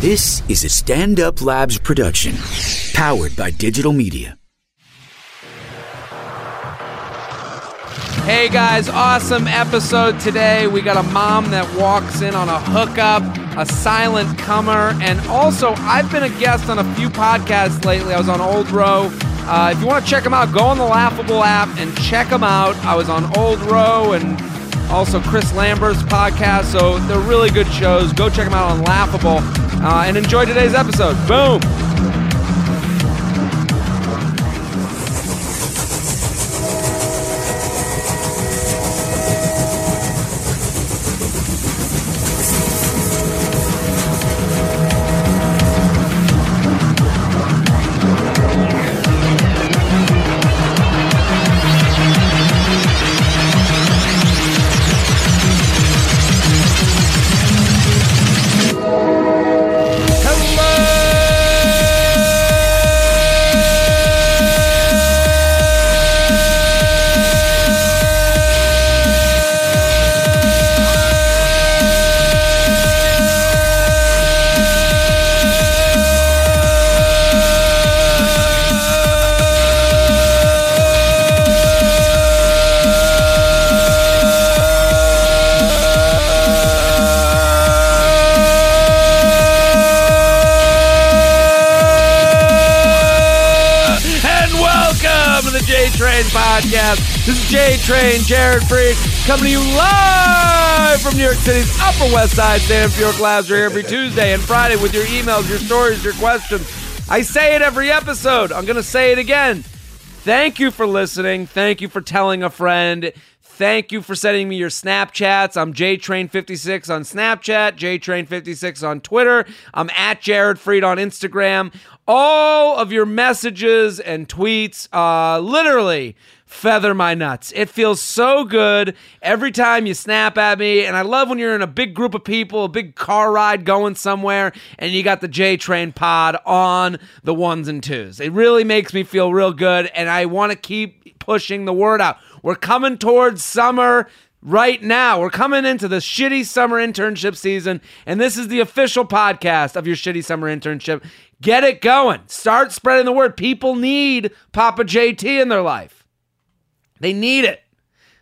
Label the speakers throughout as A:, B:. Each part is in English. A: This is a Stand Up Labs production, powered by digital media.
B: Hey guys, awesome episode today. We got a mom that walks in on a hookup, a silent comer, and also I've been a guest on a few podcasts lately. I was on Old Row. Uh, if you want to check them out, go on the Laughable app and check them out. I was on Old Row and also Chris Lambert's podcast, so they're really good shows. Go check them out on Laughable uh, and enjoy today's episode. Boom! And welcome to the J Train Podcast. This is J Train, Jared Freed, coming to you live from New York City's Upper West Side. Stand Up New York Labs are here every Tuesday and Friday with your emails, your stories, your questions. I say it every episode. I'm going to say it again. Thank you for listening. Thank you for telling a friend. Thank you for sending me your Snapchats. I'm JTrain56 on Snapchat, JTrain56 on Twitter. I'm at Jared Freed on Instagram. All of your messages and tweets uh, literally feather my nuts. It feels so good every time you snap at me. And I love when you're in a big group of people, a big car ride going somewhere, and you got the J Train pod on the ones and twos. It really makes me feel real good. And I want to keep pushing the word out. We're coming towards summer right now. We're coming into the shitty summer internship season, and this is the official podcast of your shitty summer internship. Get it going. Start spreading the word. People need Papa JT in their life. They need it.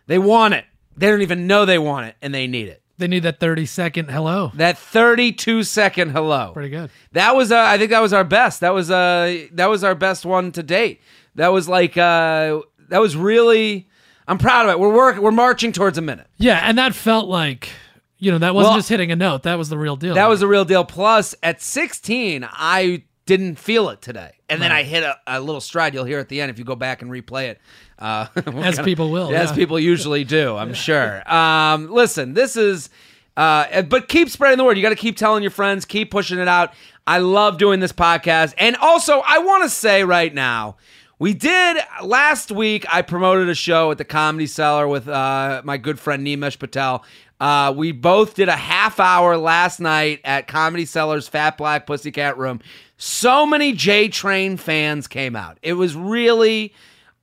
B: They want it. They don't even know they want it, and they need it.
C: They need that 30 second hello.
B: That 32 second hello.
C: Pretty good.
B: That was, uh, I think that was our best. That was, uh, that was our best one to date. That was like, uh, that was really, I'm proud of it. We're work, we're marching towards a minute.
C: Yeah, and that felt like, you know, that wasn't
B: Well-
C: just hitting a note. That was the real deal.
B: That was a real deal. Plus, at 16, I didn't feel it today, and then I hit a, a little stride. You'll hear at the end if you go back and replay it. Uh,
C: As people will,
B: as
C: yeah.
B: people usually do, I'm sure. Um, listen, this is, uh, but keep spreading the word. You got to keep telling your friends, keep pushing it out. I love doing this podcast, and also I want to say right now. We did last week. I promoted a show at the Comedy Cellar with uh, my good friend Nimesh Patel. Uh, we both did a half hour last night at Comedy Cellar's Fat Black Pussycat Room. So many J Train fans came out. It was really,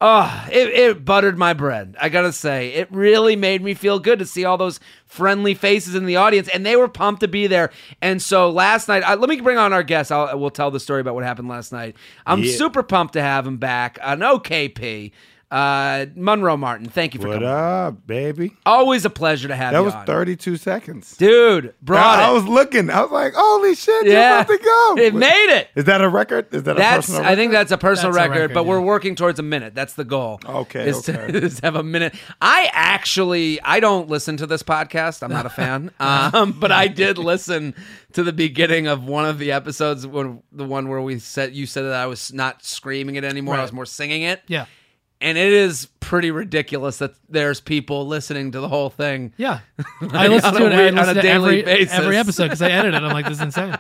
B: oh, it, it buttered my bread. I gotta say, it really made me feel good to see all those friendly faces in the audience, and they were pumped to be there. And so last night, I, let me bring on our guest. I'll, we'll tell the story about what happened last night. I'm super pumped to have him back. An OKP. Uh, Monroe Martin, thank you for
D: What
B: coming.
D: up, baby?
B: Always a pleasure to have
D: That
B: you
D: was
B: on.
D: 32 seconds.
B: Dude, brought
D: I,
B: it.
D: I was looking. I was like, holy shit,
B: yeah,
D: you're about to go.
B: It made it.
D: Is that a record? Is that a
B: That's
D: personal
B: I think that's a personal
C: That's a
B: record,
C: record,
B: but
C: yeah.
B: we're working towards a minute. That's the goal.
D: Okay,
B: is to-
D: okay.
B: is to have a minute. I actually I don't listen to this podcast. I'm not a fan, um, but I did listen to the beginning of one of the episodes when the one where we said you said that I was not screaming it anymore. I
C: Right.
B: was more singing it.
C: yeah.
B: and it is pretty ridiculous that there's people listening to the whole thing.
C: Yeah. I listened
B: on a
C: to it
B: weird-
C: and I
B: on a
C: listened to
B: daily
C: every,
B: basis.
C: every episode because I edited it. I'm like, this is insane.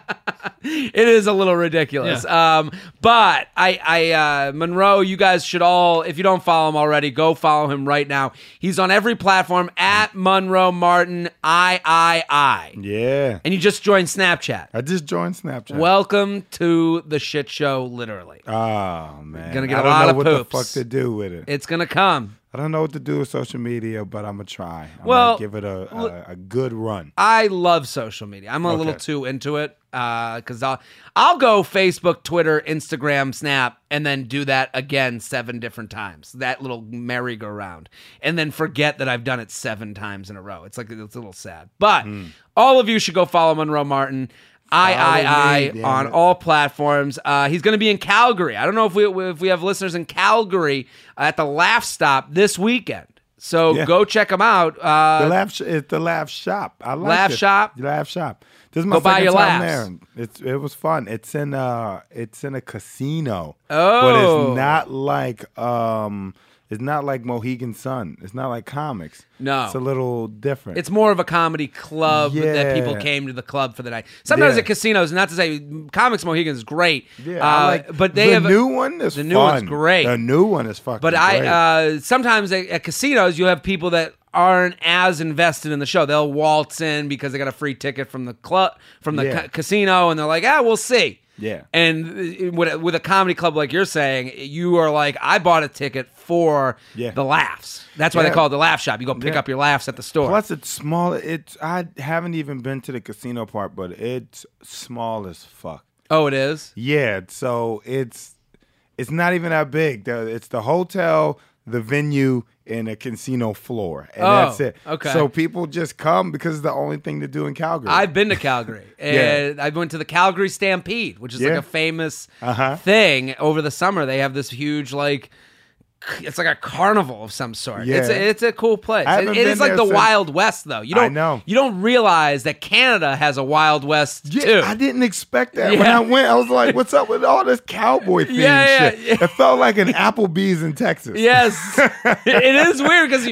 B: it is a little ridiculous. Um, but I, I, uh, Monroe, you guys should all, if you don't follow him already, go follow him right now. He's on every platform at Monroe Martin I I I,
D: Yeah.
B: and you just joined Snapchat.
D: I just joined Snapchat.
B: Welcome to the shit show. Literally,
D: oh, man.
B: Gonna get
D: I
B: a
D: don't
B: lot
D: know
B: of
D: what
B: poops.
D: the fuck to do with it.
B: it's gonna come.
D: I don't know what to do with social media, but I'm gonna try. I'm
B: Well,
D: gonna give it a, a, a good run.
B: I love social media. I'm a little
D: Okay.
B: too into it because I'll I'll go Facebook, Twitter, Instagram, Snap, and then do that again seven different times. That little merry-go-round, and then forget that I've done it seven times in a row. It's like it's a little sad. But all of you should go follow Monroe Martin. I I
D: Hmm. me,
B: I
D: damn
B: on
D: it.
B: all platforms. Uh, he's going to be in Calgary. I don't know if we if we have listeners in Calgary at the Laugh Stop this weekend. So
D: Yeah.
B: go check him out. Uh,
D: The laugh, sh- it's the laugh shop. I like
B: Laugh
D: it.
B: Shop?
D: Laugh shop. This is my
B: Go buy
D: second
B: your
D: time
B: laughs.
D: there. It's it was fun. It's in uh it's in a casino. but
B: Oh.
D: it's not like um it's not like Mohegan Sun. It's not like comics.
B: No.
D: it's a little different.
B: It's more of a comedy club that
D: Yeah.
B: people came to the club for the night. Sometimes
D: Yeah.
B: at casinos, not to say Comics Mohegan's great,
D: yeah,
B: uh,
D: I like,
B: but they
D: the
B: have
D: new one is
B: the new one's
D: fun.
B: great.
D: The new one is fucking.
B: But
D: great.
B: I uh, sometimes at, at casinos, you have people that aren't as invested in the show. They'll waltz in because they got a free ticket from the club from the
D: Yeah.
B: ca- casino, and they're like, "Ah, we'll see."
D: Yeah.
B: And uh, with a, with a comedy club like you're saying, you are like, "I bought a ticket for
D: Yeah.
B: the laughs." That's why they
D: Yeah.
B: call it the laugh shop. You go pick
D: Yeah.
B: up your laughs at the store.
D: Plus, it's small. It's I haven't even been to the casino part, but it's small as fuck.
B: oh, it is.
D: Yeah, so it's it's not even that big. The- It's the hotel, the venue, and a casino floor, and
B: Oh,
D: that's it.
B: okay.
D: So people just come because it's the only thing to do in Calgary.
B: I've been to Calgary. and I went to the Calgary Stampede, which is like
D: Yeah.
B: a famous
D: Uh-huh.
B: thing. Over the summer, they have this huge like c- it's like a carnival of some sort. It's
D: Yeah.
B: a, it's a cool place.
D: I
B: It-
D: haven't
B: it
D: been
B: is like
D: there
B: the
D: since-
B: Wild West, though. You
D: I
B: don't
D: know.
B: you don't realize that Canada has a Wild West
D: Yeah,
B: too.
D: I didn't expect that. When
B: Yeah.
D: I went, I was like, "What's up with all this cowboy theme
B: Yeah, yeah,
D: shit?"
B: yeah.
D: It felt like an Applebee's in Texas.
B: Yes, it is weird because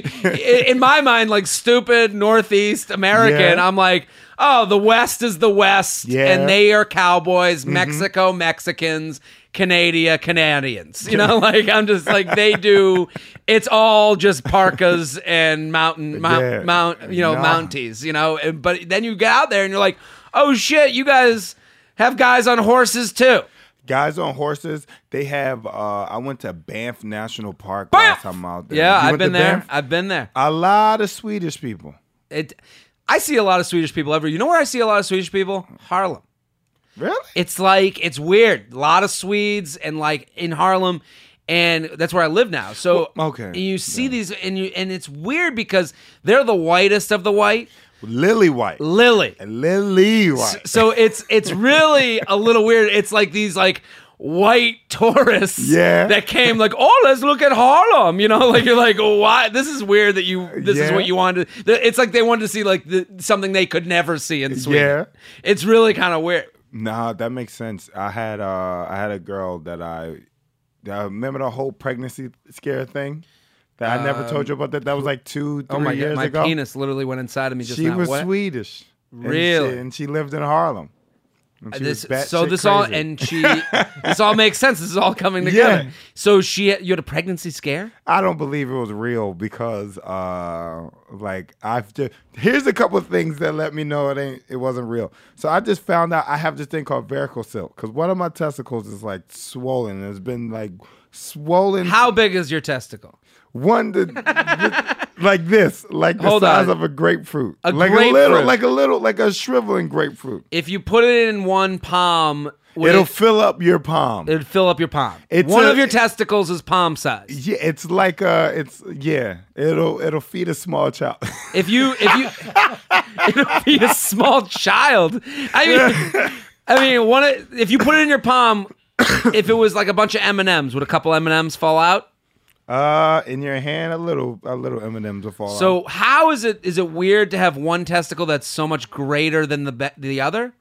B: in my mind, like stupid Northeast American,
D: Yeah.
B: I'm like, oh, the West is the West,
D: Yeah. Mm-hmm.
B: and they are cowboys. Mexico, Mexicans. Canada, Canadians. You know, like I'm just like they do. It's all just parkas and mountain, mount,
D: Yeah.
B: mount, you know,
D: Nah.
B: mounties. You know, and, but then you get out there and you're like, oh shit, you guys have guys on horses too.
D: Guys on horses, they have. uh I went to Banff National Park last
B: Bam!
D: time I'm out there.
B: Yeah,
D: You
B: I've
D: went to
B: been there.
D: Banff?
B: I've been there.
D: A lot of Swedish people.
B: It. I see a lot of Swedish people everywhere. You know where I see a lot of Swedish people? Harlem.
D: Really?
B: It's like it's weird. A lot of Swedes and like in Harlem, and that's where I live now. So
D: Well, okay.
B: and you see these, and you and it's weird because they're the whitest of the white,
D: Lily White.
B: Lily.
D: Lily White.
B: So it's it's really a little weird. It's like these like white tourists
D: Yeah.
B: that came like oh let's look at harlem you know like you're like oh, why this is weird that you this is
D: Yeah.
B: what you wanted to, it's like they wanted to see like the, something they could never see in sweden it's really kind of weird
D: Nah, that makes sense. I had uh I had a girl that I uh, remember the whole pregnancy scare thing that I never told you about that. That was like two, three
B: oh my god
D: years
B: my
D: ago.
B: penis literally went inside of me just
D: she
B: now
D: was
B: What?
D: Swedish. and she-
B: Really? Uh,
D: And she, lived in Harlem. And she
B: this
D: was batshit
B: so this all
D: crazy.
B: and she this all makes sense this is all coming together
D: Yeah.
B: so she you had a pregnancy scare
D: I don't believe it was real because uh like I've just here's a couple of things that let me know it ain't it wasn't real. So I just found out I have this thing called varicocele because one of my testicles is like swollen. It's been like swollen
B: how big is your testicle
D: one to, th- like this, like the
B: Hold
D: size
B: on.
D: of a grapefruit,
B: A
D: like a
B: grapefruit.
D: little, like a little, like a shriveling grapefruit.
B: if you put it in one palm would
D: It'll
B: it-
D: fill up your palm.
B: It'd fill up your palm.
D: It's
B: One
D: a-
B: of your testicles is palm size.
D: yeah, it's like uh it's yeah, it'll it'll feed a small child.
B: If you if you it'll be a small child. I mean, I mean, one of- if you put it in your palm, if it was like a bunch of M and M's, would a couple M and M's fall out?
D: uh, in your hand, a little a little M and M's will fall. out.
B: So how is it? Is it weird to have one testicle that's so much greater than the be- the other?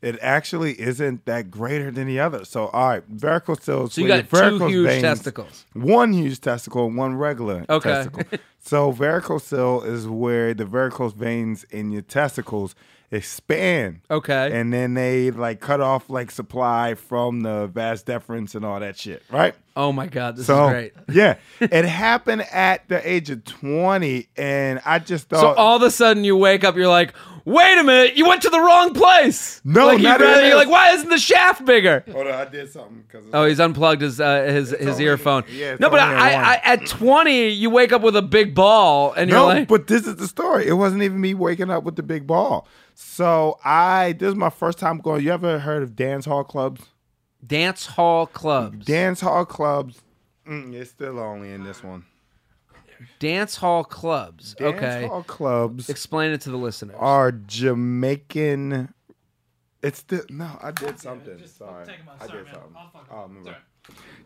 D: it actually isn't that greater than the other. So all right, varicocele.
B: So you
D: where
B: got
D: your
B: two
D: varicose
B: huge
D: veins-
B: testicles.
D: One huge testicle and one regular
B: Okay.
D: testicle. So varicocele is where the varicose veins in your testicles expand.
B: Okay.
D: And then they like cut off like supply from the vas deferens and all that shit, right?
B: Oh my god, this
D: So
B: is great.
D: yeah, it happened at the age of 20 and I just thought
B: So
D: uh,
B: all of a sudden you wake up, you're like, wait a minute, you went to the wrong place.
D: No,
B: like,
D: not
B: you
D: at
B: you're
D: all.
B: like, why isn't the shaft bigger?
D: Hold on, I did something because
B: Oh, he's unplugged his uh, his his
D: only-
B: earphone.
D: yeah, it's
B: no, but
D: only
B: I,
D: at
B: I, I at 20, you wake up with a big ball, and
D: no,
B: you're like,
D: but this is the story. It wasn't even me waking up with the big ball. So I this is my first time going. You ever heard of dance hall clubs?
B: dance hall clubs,
D: Dance hall clubs. Mm, it's still only in this one.
B: dance hall clubs.
D: Dance
B: okay,
D: hall clubs Uh,
B: explain it to the listeners.
D: are Jamaican. It's the no. I did something. Sorry, I did something. Oh, my bad.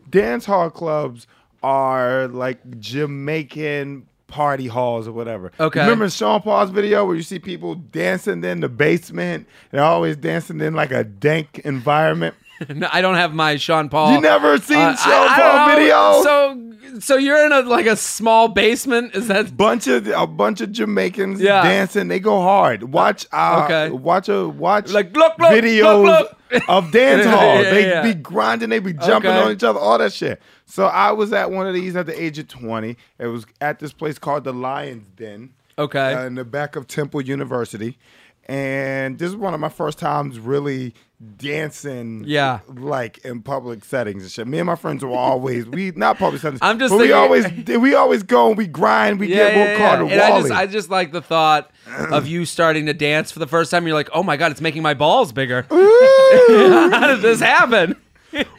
D: dance hall clubs are like Jamaican party halls or whatever.
B: Okay.
D: Remember Sean Paul's video where you see people dancing in the basement? They're always dancing in like a dank environment.
B: No, I don't have my Sean Paul.
D: You never seen
B: Uh,
D: Sean
B: I- I
D: Paul
B: don't
D: video?
B: know. So, so you're in a like a small basement. Is that
D: bunch of a bunch of Jamaicans
B: Yeah.
D: dancing. They go hard. Watch uh,
B: Okay.
D: watch a watch
B: Like, look, look,
D: videos
B: look, look.
D: of dance
B: Yeah,
D: hall.
B: yeah,
D: they
B: yeah.
D: be grinding, they be jumping
B: Okay.
D: on each other, all that shit. So I was at one of these at the age of twenty. It was at this place called the Lions Den.
B: okay?
D: uh, in the back of Temple University. And this is one of my first times really dancing,
B: Yeah.
D: like in public settings and shit. Me and my friends were always we not public settings.
B: I'm just
D: but we
B: thinking-
D: always we always go and we grind. We
B: yeah,
D: get
B: yeah,
D: what
B: yeah.
D: called
B: And
D: a
B: I
D: wally.
B: just, I just like the thought of you starting to dance for the first time. You're like, oh my god, it's making my balls bigger. How did this happen?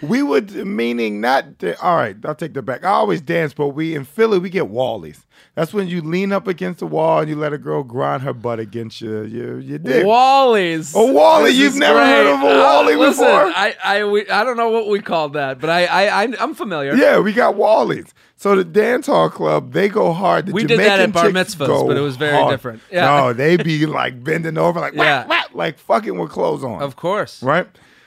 D: we would meaning not. da- all right, I'll take that back. I always dance, but we in Philly we get wallies. That's when you lean up against the wall and you let a girl grind her butt against your your, your dick.
B: Wallies.
D: A wally,
B: This
D: you've
B: is
D: never heard of a
B: Uh,
D: wally
B: listen,
D: before?
B: I I, we, I don't know what we called that, but I I, I I'm familiar.
D: Yeah, we got Wally's. So the dance hall club, they go hard. The
B: We did that
D: Jamaican
B: at bar
D: chicks
B: mitzvahs,
D: go
B: but it was very
D: hard.
B: different. Yeah.
D: No, they be like bending over, like
B: Yeah.
D: whack, whack, like fucking with clothes on.
B: Of course.
D: Right.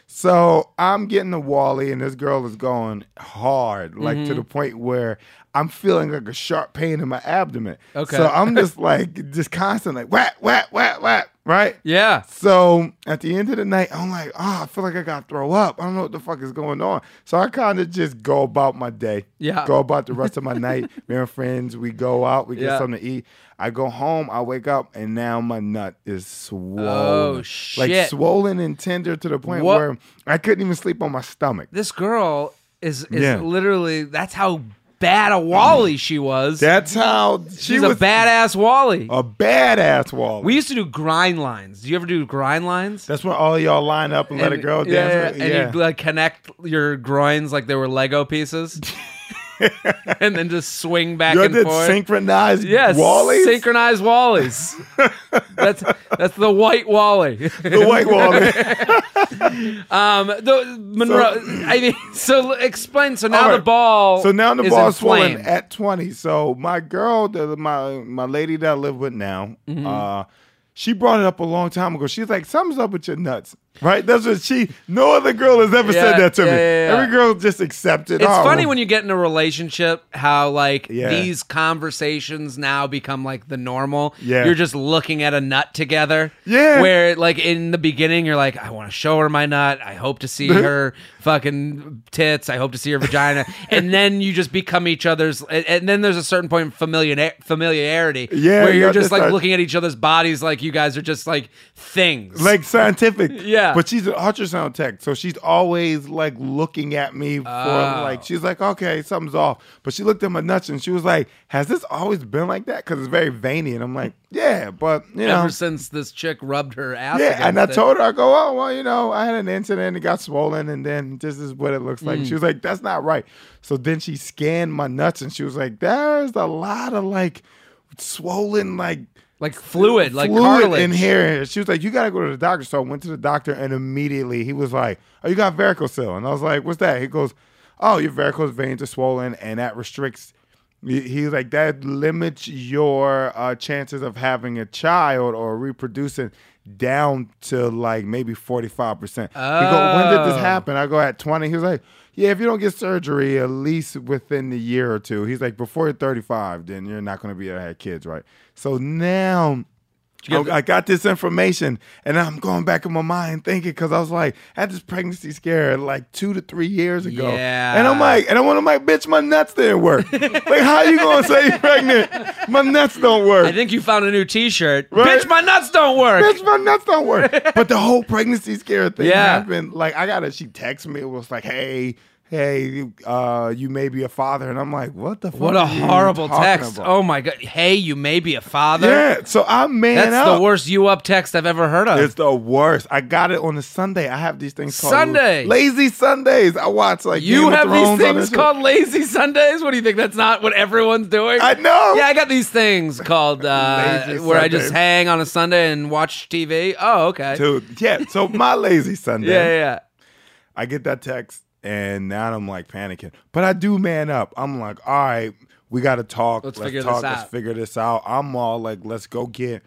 D: So I'm getting a Wally, and this girl is going hard, like to the point where I'm feeling like a sharp pain in my abdomen.
B: Okay.
D: So I'm just like, just constant, like whack, whack, whack, whack. Right.
B: Yeah.
D: So at the end of the night, I'm like, oh, I feel like I gotta throw up. I don't know what the fuck is going on. So I kind of just go about my day.
B: Yeah.
D: Go about the rest of my night. Me and friends, we go out, we get
B: Yeah.
D: something to eat. I go home, I wake up, and now my nut is swollen.
B: Oh,
D: Like
B: shit.
D: swollen and tender to the point
B: What-
D: where I couldn't even sleep on my stomach.
B: This girl is is
D: Yeah.
B: literally that's how bad a Wally she was.
D: That's how she
B: She's
D: was Oh.
B: a badass Wally.
D: a badass wall.
B: we used to do grind lines. Do you ever do grind lines?
D: That's when all y'all line up and, let a
B: And-
D: girl
B: yeah,
D: dance.
B: yeah,
D: with-
B: and you'd like connect your groins like they were Lego pieces, and then just swing back
D: Y'all
B: and
D: did
B: forth.
D: synchronized
B: yes,
D: Wally.
B: synchronized wallies. that's that's the white wally.
D: the white Wally.
B: Um, the Monroe. I mean, so explain. So now
D: All right.
B: the ball.
D: So now the
B: Oh, is
D: ball's swollen
B: inflamed.
D: at 20. So my girl, the, my my lady that I live with now,
B: Mm-hmm.
D: uh, she brought it up a long time ago. She's like, "Something's up with your nuts." Right? That's what she. No other girl has ever
B: Yeah,
D: said that to
B: yeah,
D: me.
B: yeah, yeah.
D: Every girl just Oh, accepted.
B: It's funny when you get in a relationship how like
D: Yeah.
B: these conversations now become like the normal.
D: Yeah.
B: You're just looking at a nut together.
D: Yeah.
B: Where like in the beginning you're like, I want to show her my nut. I hope to see her fucking tits. I hope to see her vagina. and then you just become each other's and, and then there's a certain point of familiar familiarity
D: Yeah,
B: where
D: you
B: you're
D: have to
B: just like
D: start-
B: looking at each other's bodies like you guys are just like things.
D: like scientific.
B: Yeah.
D: But she's an ultrasound tech, so she's always like looking at me for
B: Oh.
D: like she's like, okay, something's off. But she looked at my nuts and she was like, has this always been like that? Because it's very veiny. And I'm like, yeah, but you know,
B: ever since this chick rubbed her ass
D: um, Yeah, and I
B: against it.
D: told her, I go, oh, well, you know, I had an incident, it got swollen, and then this is what it looks like.
B: Mm.
D: She was like, that's not right. So then she scanned my nuts, and she was like, there's a lot of like swollen, like
B: like fluid, like
D: fluid
B: cartilage.
D: in here. And She was like, you got to go to the doctor. So I went to the doctor, and immediately he was like, oh, you got varicocele. And I was like, what's that? He goes, oh, your varicose veins are swollen, and that restricts. He he was like, that limits your uh, chances of having a child or reproducing down to like maybe 45%. He go, when did
B: Oh.
D: this happen? I go, at 20. He was like, yeah, if you don't get surgery at least within the year or two, he's like, before you're 35, then you're not going to be able to have kids, right? So now
B: you get
D: I, I got this information, and I'm going back in my mind thinking because I was like, I had this pregnancy scare like two to three years ago,
B: Yeah.
D: and I'm like, and I want to like, bitch, my nuts didn't work. like, how you gonna say you're pregnant? My nuts don't work.
B: I think you found a new T-shirt.
D: Right.
B: Bitch, my nuts don't work.
D: Bitch, my nuts don't work. but the whole pregnancy scare thing
B: Yeah.
D: happened. Like I got it. She texted me. It was like, hey, hey, you- uh, you may be a father, and I'm like, what the? Fuck
B: What a
D: are you
B: horrible
D: talking
B: text.
D: about?
B: Oh my god. Hey, you may be a father.
D: yeah. So I'm man
B: That's
D: up.
B: the worst you up text I've ever heard of.
D: It's the worst. I got it on the Sunday. I have these things called
B: Sunday.
D: lazy Sundays. I watch like
B: you
D: Game of
B: have these
D: Thrones on
B: things
D: this-
B: called lazy Sundays? What do you think? That's not what everyone's doing?
D: I know.
B: Yeah, I got these things called uh,
D: Lazy
B: where I just
D: Sundays.
B: hang on a Sunday and watch TV. Oh, okay.
D: Dude, yeah. So my lazy Sunday.
B: yeah, yeah, yeah.
D: I get that text, and now I'm like panicking. But I do man up. I'm like, all right, we got to talk.
B: Let's figure
D: talk.
B: this out."
D: Let's figure this out. I'm all like, let's go get,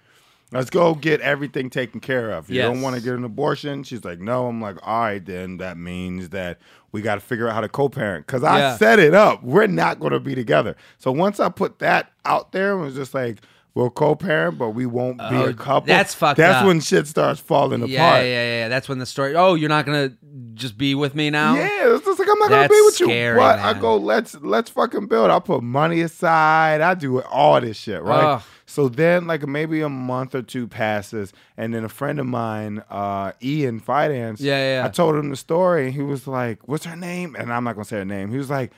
D: let's go get everything taken care of. You don't
B: Yes.
D: want to get an abortion? She's like, no. I'm like, all right, then that means that we got to figure out how to co-parent because
B: Yeah.
D: I set it up. We're not going to be together. So once I put that out there, it was just like. We'll co-parent, but we won't be
B: Oh,
D: a couple.
B: that's fucked
D: That's
B: up.
D: when shit starts falling
B: Yeah,
D: apart.
B: yeah, yeah. That's when the story. Oh, you're not gonna just be with me now.
D: Yeah, it's just like I'm not gonna
B: That's
D: be with
B: scary,
D: you. But I
B: man.
D: go, let's let's fucking build. I put money aside. I do all this shit, right?
B: Ugh.
D: So then, like maybe a month or two passes, and then a friend of mine, uh, Ian Finance,
B: Yeah, yeah, yeah.
D: I told him the story, and he was like, "What's her name?" And I'm not gonna say her name. He was like.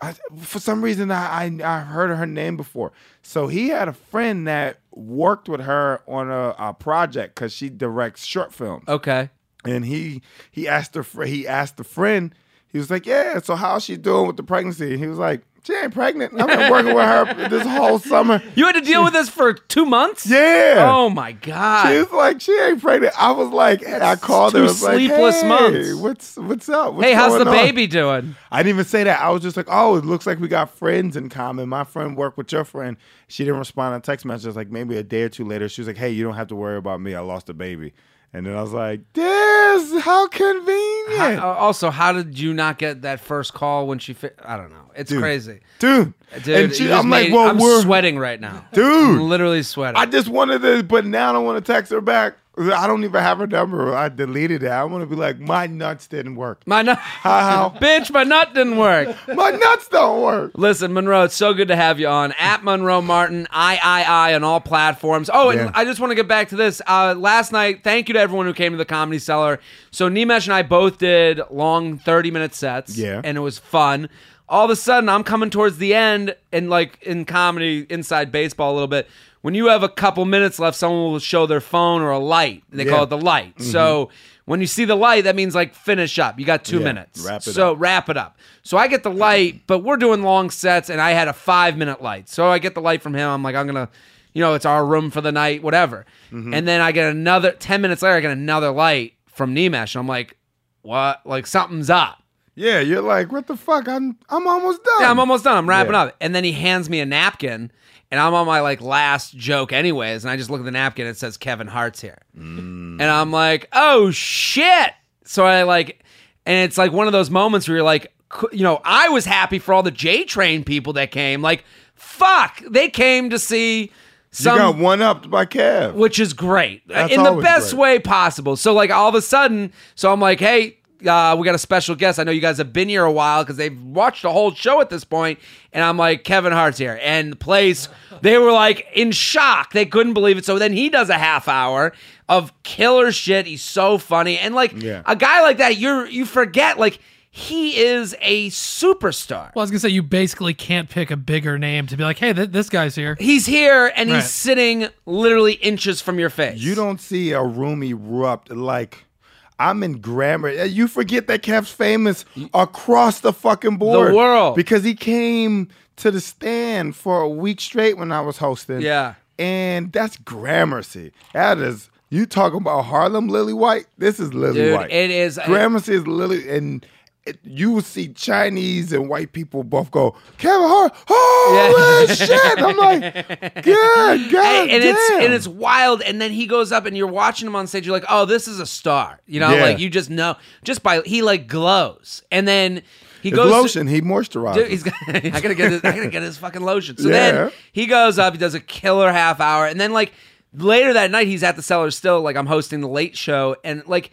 D: I, for some reason, I, I I heard her name before. So he had a friend that worked with her on a, a project because she directs short films
B: Okay.
D: and he he asked her fr- he asked the friend he was like yeah so how's she doing with the pregnancy and he was like she ain't pregnant i've been working with her this whole summer
B: You had to deal with this for two months.
D: yeah
B: Oh my god.
D: she was like she ain't pregnant i was like and i called her
B: two
D: I was like,
B: sleepless
D: hey,
B: months.
D: what's what's up What's
B: hey, how's
D: going
B: the
D: on?"
B: baby doing?
D: I didn't even say that. I was just like, oh, it looks like we got friends in common. My friend worked with your friend. She didn't respond on text messages. Like maybe a day or two later, she was like, hey, you don't have to worry about me. I lost a baby. And then I was like, this, how convenient.
B: How- Uh, also, how did you not get that first call when she? Fi- I don't know. It's
D: Dude.
B: crazy.
D: Dude.
B: Dude,
D: and she,
B: you just
D: I'm like,
B: made-
D: well,
B: I'm
D: we're.
B: sweating right now,
D: Dude.
B: I'm literally sweating.
D: I just wanted to, but now I don't want to text her back. I don't even have her number. I deleted it. I want to be like, my nuts didn't work.
B: my nut,
D: how?
B: bitch, my nut didn't work.
D: My nuts don't work.
B: Listen, Monroe, it's so good to have you on. At Monroe Martin, I, I, I on all platforms. Oh, and
D: Yeah.
B: I just want to get back to this. Uh, last night, thank you to everyone who came to the Comedy Cellar. So Nimesh and I both did long 30-minute sets.
D: Yeah.
B: And it was fun. All of a sudden, I'm coming towards the end, and like in comedy, inside baseball a little bit, when you have a couple minutes left, someone will show their phone or a light. They
D: Yeah. Mm-hmm.
B: call it the light. So when you see the light, that means like finish up. You got two
D: Yeah,
B: minutes.
D: wrap it
B: so
D: up.
B: so wrap it up. So I get the light, but we're doing long sets, and I had a five minute light. So I get the light from him. I'm like, I'm gonna, you know, it's our room for the night, whatever.
D: Mm-hmm.
B: And then I get another ten minutes later, I get another light from Nemesh, and I'm like, what? Like something's up.
D: Yeah, you're like, what the fuck? I'm I'm almost done.
B: Yeah, I'm almost done. I'm wrapping
D: Yeah.
B: up. And then he hands me a napkin, and I'm on my like last joke, anyways. And I just look at the napkin. It says Kevin Hart's here,
D: Mm.
B: and I'm like, oh shit. So I like, and it's like one of those moments where you're like, cou- you know, I was happy for all the J Train people that came. Like, fuck, they came to see.
D: You
B: Some
D: got one up by Kev.
B: which is great
D: That's
B: in the
D: always
B: best
D: great.
B: way possible. So like all of a sudden, so I'm like, hey. Uh, we got a special guest. I know you guys have been here a while because they've watched the whole show at this point, and I'm like, Kevin Hart's here, and the place they were like in shock. They couldn't believe it. So then he does a half hour of killer shit. He's so funny, and like
D: Yeah.
B: a guy like that, you're you forget like he is a superstar.
C: Well, I was gonna say you basically can't pick a bigger name to be like, hey, th- this guy's here.
B: He's here and
C: Right.
B: he's sitting literally inches from your face.
D: You don't see a room erupt like I'm in grammar. Uh, You forget that Kev's famous across the fucking board.
B: world.
D: Because he came to the stand for a week straight when I was hosting.
B: Yeah.
D: And that's gramercy. That is you talking about Harlem Lily White? This is Lily
B: Dude,
D: White.
B: it is-
D: Gramercy is Lily and it, you will see Chinese and white people both go, Kevin Hart, holy shit! I'm like, good, god
B: and, and it's
D: damn."
B: and it's wild. And then he goes up, and you're watching him on stage. You're like, oh, this is a star. You know,
D: Yeah.
B: like you just know just by he like glows, and then he
D: His
B: goes.
D: lotion. he moisturizes.
B: Dude, he's got, I gotta get his, I gotta get his fucking lotion. So
D: Yeah.
B: then he goes up, he does a killer half hour, and then like later that night he's at the cellar still like i'm hosting the late show and like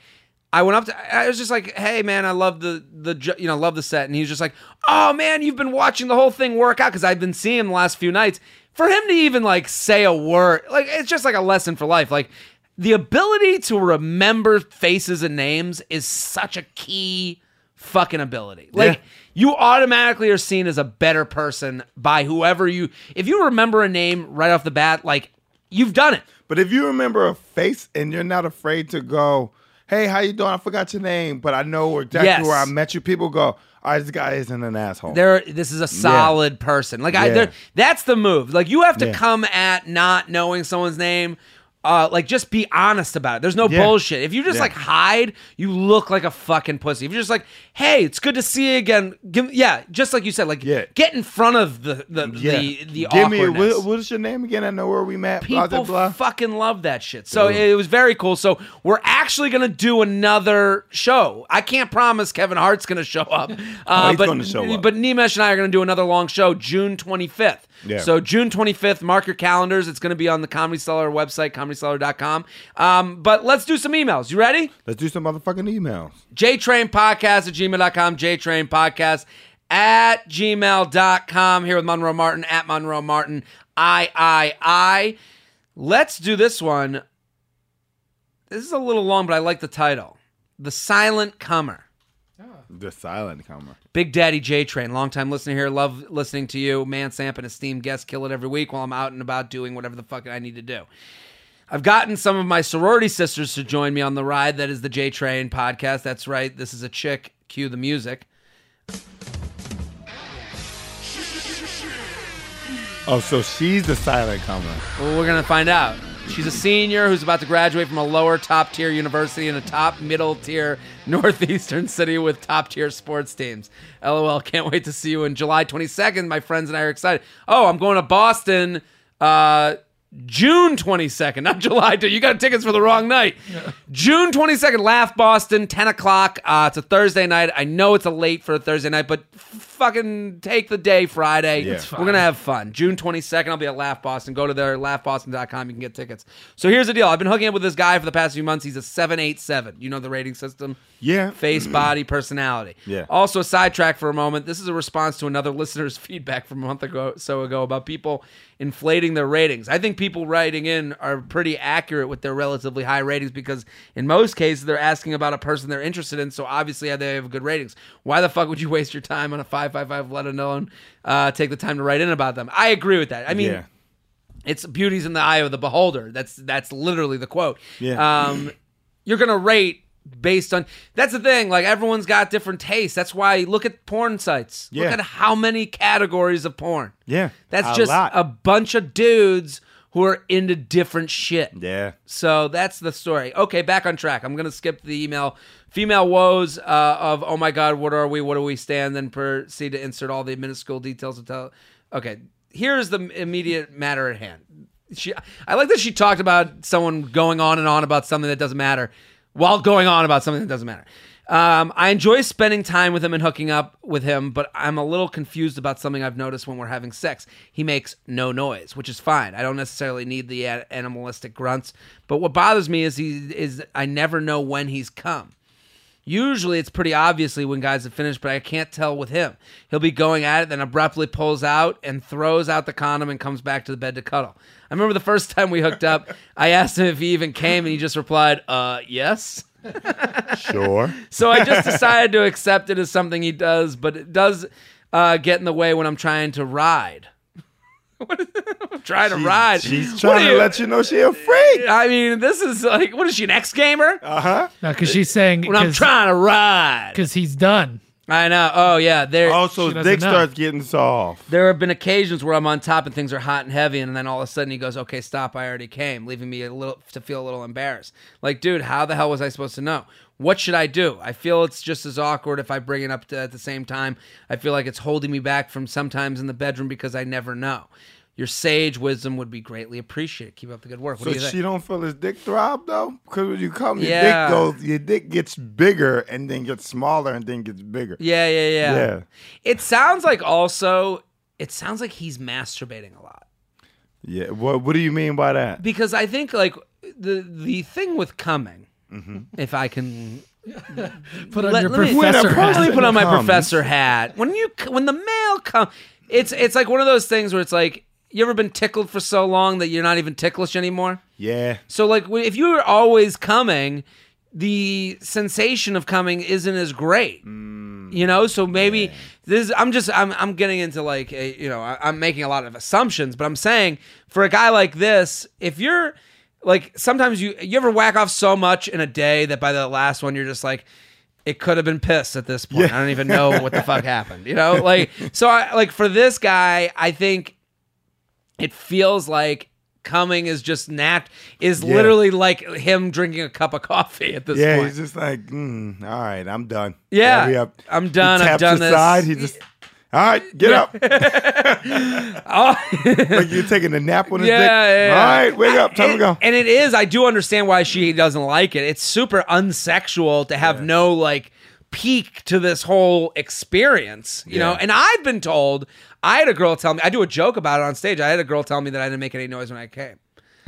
B: i went up to i was just like hey man i love the the jo- you know love the set and he was just like oh man you've been watching the whole thing work out because i've been seeing him the last few nights for him to even like say a word like it's just like a lesson for life like the ability to remember faces and names is such a key fucking ability. Like
D: Yeah.
B: you automatically are seen as a better person by whoever you if you remember a name right off the bat, like you've done it.
D: But if you remember a face and you're not afraid to go, hey, how you doing? I forgot your name, but I know exactly
B: Yes.
D: where I met you. People go, all right, this guy isn't an asshole.
B: There this is a solid person. Like I
D: Yeah.
B: there, that's the move. Like you have to
D: Yeah.
B: come at not knowing someone's name uh, like just be honest about it. There's no
D: Yeah.
B: bullshit. If you just
D: Yeah.
B: like hide, you look like a fucking pussy. If you're just like, hey, it's good to see you again. Give, yeah, just like you said, like
D: Yeah.
B: get in front of the the
D: Yeah.
B: the, the
D: Give me
B: awkwardness.
D: what, what is your name again? I know where we met.
B: people
D: Blah, blah, blah.
B: fucking love that shit. So it was very cool. So we're actually gonna do another show. I can't promise Kevin Hart's gonna show up, uh,
D: Oh, he's
B: but
D: gonna show up.
B: but Nimesh and I are gonna do another long show June 25th.
D: Yeah.
B: So June 25th, mark your calendars. It's gonna be on the Comedy Cellar website, comedycellar.com. Um, but let's do some emails. You ready?
D: Let's do some motherfucking emails.
B: jtrainpodcast at gmail.com, jtrainpodcast at gmail.com. Here with Monroe Martin, at Monroe Martin, I, I, I. Let's do this one. This is a little long, but I like the title. The Silent Comer.
D: The silent camera.
B: Big Daddy J Train, longtime listener here. Love listening to you. Man Samp and esteemed guest kill it every week while I'm out and about doing whatever the fuck I need to do. I've gotten some of my sorority sisters to join me on the ride. That is the J Train podcast. That's right. This is a chick. Cue the music.
D: Oh, so she's the silent camera.
B: Well, we're going to find out. She's a senior who's about to graduate from a lower top tier university in a top middle tier northeastern city with top tier sports teams. LOL, can't wait to see you in July 22nd. My friends and I are excited. Oh, I'm going to Boston uh, June 22nd, not July 2. You got tickets for the wrong night. June 22nd, Laugh Boston, 10 o'clock. Uh, it's a Thursday night. I know it's a late for a Thursday night, but fucking take the day Friday.
D: Yeah. It's
B: We're going to have fun. June 22nd, I'll be at Laugh Boston. Go to their laughboston.com. You can get tickets. So here's the deal I've been hooking up with this guy for the past few months. He's a 787. You know the rating system?
D: Yeah.
B: Face, body, personality.
D: Yeah.
B: Also, a sidetrack for a moment. This is a response to another listener's feedback from a month ago so ago about people inflating their ratings. I think people writing in are pretty accurate with their relatively high ratings because in most cases they're asking about a person they're interested in, so obviously they have good ratings. Why the fuck would you waste your time on a five five five? Let alone uh, take the time to write in about them. I agree with that. I mean,
D: yeah.
B: it's beauty's in the eye of the beholder. That's that's literally the quote.
D: Yeah.
B: Um, you're gonna rate based on that's the thing. Like everyone's got different tastes. That's why look at porn sites. Look
D: Yeah.
B: at how many categories of porn.
D: Yeah.
B: That's
D: A
B: just
D: lot.
B: a bunch of dudes who are into different shit.
D: Yeah.
B: So that's the story. Okay, back on track. I'm gonna skip the email. Female woes uh, of oh my god, what are we? What do we stand? Then proceed to insert all the minuscule details of tell. Okay, here's the immediate matter at hand. She, I like that she talked about someone going on and on about something that doesn't matter, while going on about something that doesn't matter. Um, I enjoy spending time with him and hooking up with him, but I'm a little confused about something I've noticed when we're having sex. He makes no noise, which is fine. I don't necessarily need the a- animalistic grunts, but what bothers me is he is I never know when he's come. Usually it's pretty obviously when guys have finished, but I can't tell with him. He'll be going at it, then abruptly pulls out and throws out the condom and comes back to the bed to cuddle. I remember the first time we hooked up, I asked him if he even came, and he just replied, uh, yes.
D: Sure.
B: So I just decided to accept it as something he does, but it does uh, get in the way when I'm trying to ride. What is- I'm trying to ride.
D: She's
B: What
D: trying
B: are
D: to
B: you-
D: let you Uh, know she a freak.
B: I mean, this is like, what is she, an ex gamer?
C: No, because she's saying
B: when I'm trying to ride.
C: because he's done.
B: I know. Oh, yeah. There,
D: Also,
C: She
D: dick
C: doesn't know.
D: starts getting soft.
B: there have been occasions where I'm on top and things are hot and heavy, and then all of a sudden he goes, "Okay, stop! I already came," leaving me a little to feel a little embarrassed. Like, dude, how the hell was I supposed to know? What should I do? I feel it's just as awkward if I bring it up to, at the same time. I feel like it's holding me back from sometimes in the bedroom because I never know. Your sage wisdom would be greatly appreciated. Keep up the good work. What
D: So
B: do you think?
D: she don't feel his dick throb though, because when you come, your
B: Yeah.
D: dick goes, your dick gets bigger and then gets smaller and then gets bigger.
B: Yeah, yeah, yeah,
D: Yeah.
B: It sounds like also, it sounds like he's masturbating a lot.
D: Yeah. What What do you mean by that?
B: because I think like the the thing with coming, if I can
C: Put on
B: let,
C: your
B: let me-
D: Mm-hmm. When a
C: professor hat.
D: person-
B: let me put on my
D: comes.
B: professor hat. When you c- when the mail comes, it's it's like one of those things where it's like you ever been tickled for so long that you're not even ticklish anymore.
D: Yeah.
B: So like w- if you were always coming, the sensation of coming isn't as great. You know, so maybe this. I'm just. I'm. I'm getting into like. A, you know, I, I'm making a lot of assumptions, but I'm saying for a guy like this, if you're like, sometimes you you ever whack off so much in a day that by the last one you're just like, it could have been pissed at this point. I don't even know what the fuck happened. You know, like so. I like for this guy, I think it feels like coming is just nat is
D: Yeah.
B: literally like him drinking a cup of coffee at this
D: Yeah.
B: point.
D: He's just like, mm, all right, I'm done.
B: Yeah,
D: Hurry up.
B: I'm done,
D: He
B: I've
D: taps
B: done
D: his
B: this.
D: Side, he just. All right, get up.
B: Oh.
D: like you're taking a nap on his
B: Yeah,
D: dick.
B: yeah, yeah.
D: All right, wake up. Time
B: It-
D: to go.
B: And it is. I do understand why she doesn't like it. It's super unsexual to have no like peak to this whole experience, you know.
D: Yeah.
B: And I've been told. I had a girl tell me. I do a joke about it on stage. I had a girl tell me that I didn't make any noise when I came.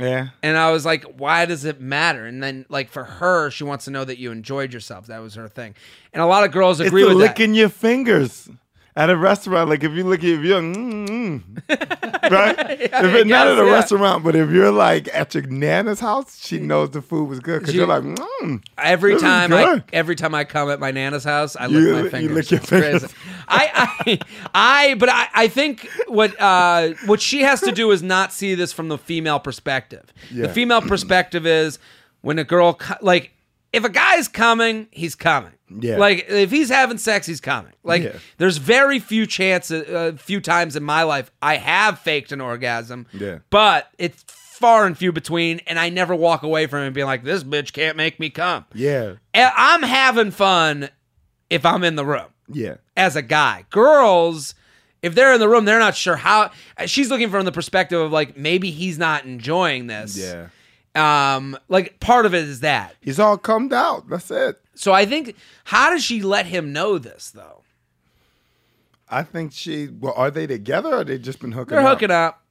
D: Yeah.
B: And I was like, why does it matter? And then, like, for her, she wants to know that you enjoyed yourself. That was her thing. And a lot of girls
D: It's
B: agree
D: the
B: with
D: licking your fingers at a restaurant. Like if you look at if you're mm, mm, right, if it, not
B: guess,
D: at a
B: yeah.
D: restaurant, but if you're like at your nana's house, she knows the food was good because
B: She-
D: you're like mm.
B: that. Every
D: This is
B: time, I,
D: good.
B: every time I come at my nana's house, I
D: You-
B: lick my
D: you
B: fingers.
D: lick your
B: It's crazy.
D: fingers.
B: I, I, I, but I, I think what uh, what she has to do is not see this from the female perspective.
D: Yeah. Mm-hmm.
B: The female perspective is when a girl co- like if a guy's coming, he's coming.
D: Yeah.
B: Like if he's having sex, he's coming. Like
D: Yeah.
B: there's very few chances, uh, few times in my life I have faked an orgasm.
D: Yeah.
B: But it's far and few between, and I never walk away from it being like this bitch can't make me come.
D: yeah,
B: And I'm having fun if I'm in the room
D: yeah,
B: as a guy. Girls, if they're in the room, they're not sure how. She's looking from the perspective of like maybe he's not enjoying this.
D: yeah.
B: Um, like part of it is that.
D: He's all combed out. That's it.
B: So I think how does she let him know this though?
D: I think she. Well, are they together? or They just been hooking.
B: They're
D: up?
B: hooking up.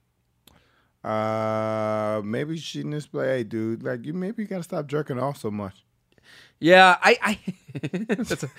D: Uh, maybe she just play, hey, dude. Like you, maybe you gotta stop jerking off so much.
B: Yeah, I. I that's a, why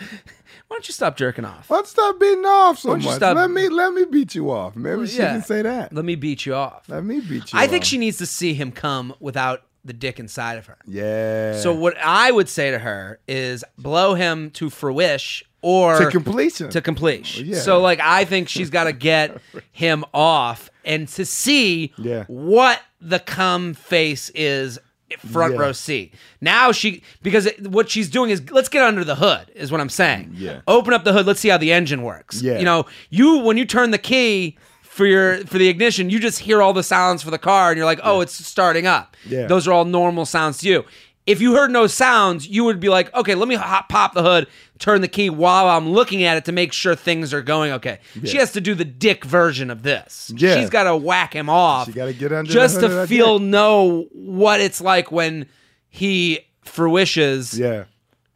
B: don't you stop jerking off?
D: Let's stop beating off so
B: Why don't you
D: much.
B: stop-
D: Let me let me beat you off. Maybe she
B: yeah.
D: can say that.
B: Let me beat you off.
D: Let me beat you.
B: I think
D: off.
B: she needs to see him come without the dick inside of her.
D: Yeah.
B: So what I would say to her is blow him to fruish or
D: to completion.
B: to completion.
D: Oh, Yeah.
B: So like I think she's got to get him off and to see
D: Yeah.
B: what the cum face is front
D: Yeah.
B: row seat. Now she because it, what she's doing is let's get under the hood is what I'm saying.
D: Yeah.
B: Open up the hood, let's see how the engine works.
D: Yeah.
B: You know, Oh, you when you turn the key for your for the ignition, you just hear all the sounds for the car and you're like, "Oh, it's starting up."
D: Yeah.
B: Those are all normal sounds to you. If you heard no sounds, you would be like, okay, let me hop, pop the hood, turn the key while I'm looking at it to make sure things are going okay. She has to do the dick version of this.
D: Yeah.
B: She's got to whack him off.
D: She gotta get under the
B: just
D: hood of
B: to
D: that
B: feel know what it's like when he fruishes,
D: yeah.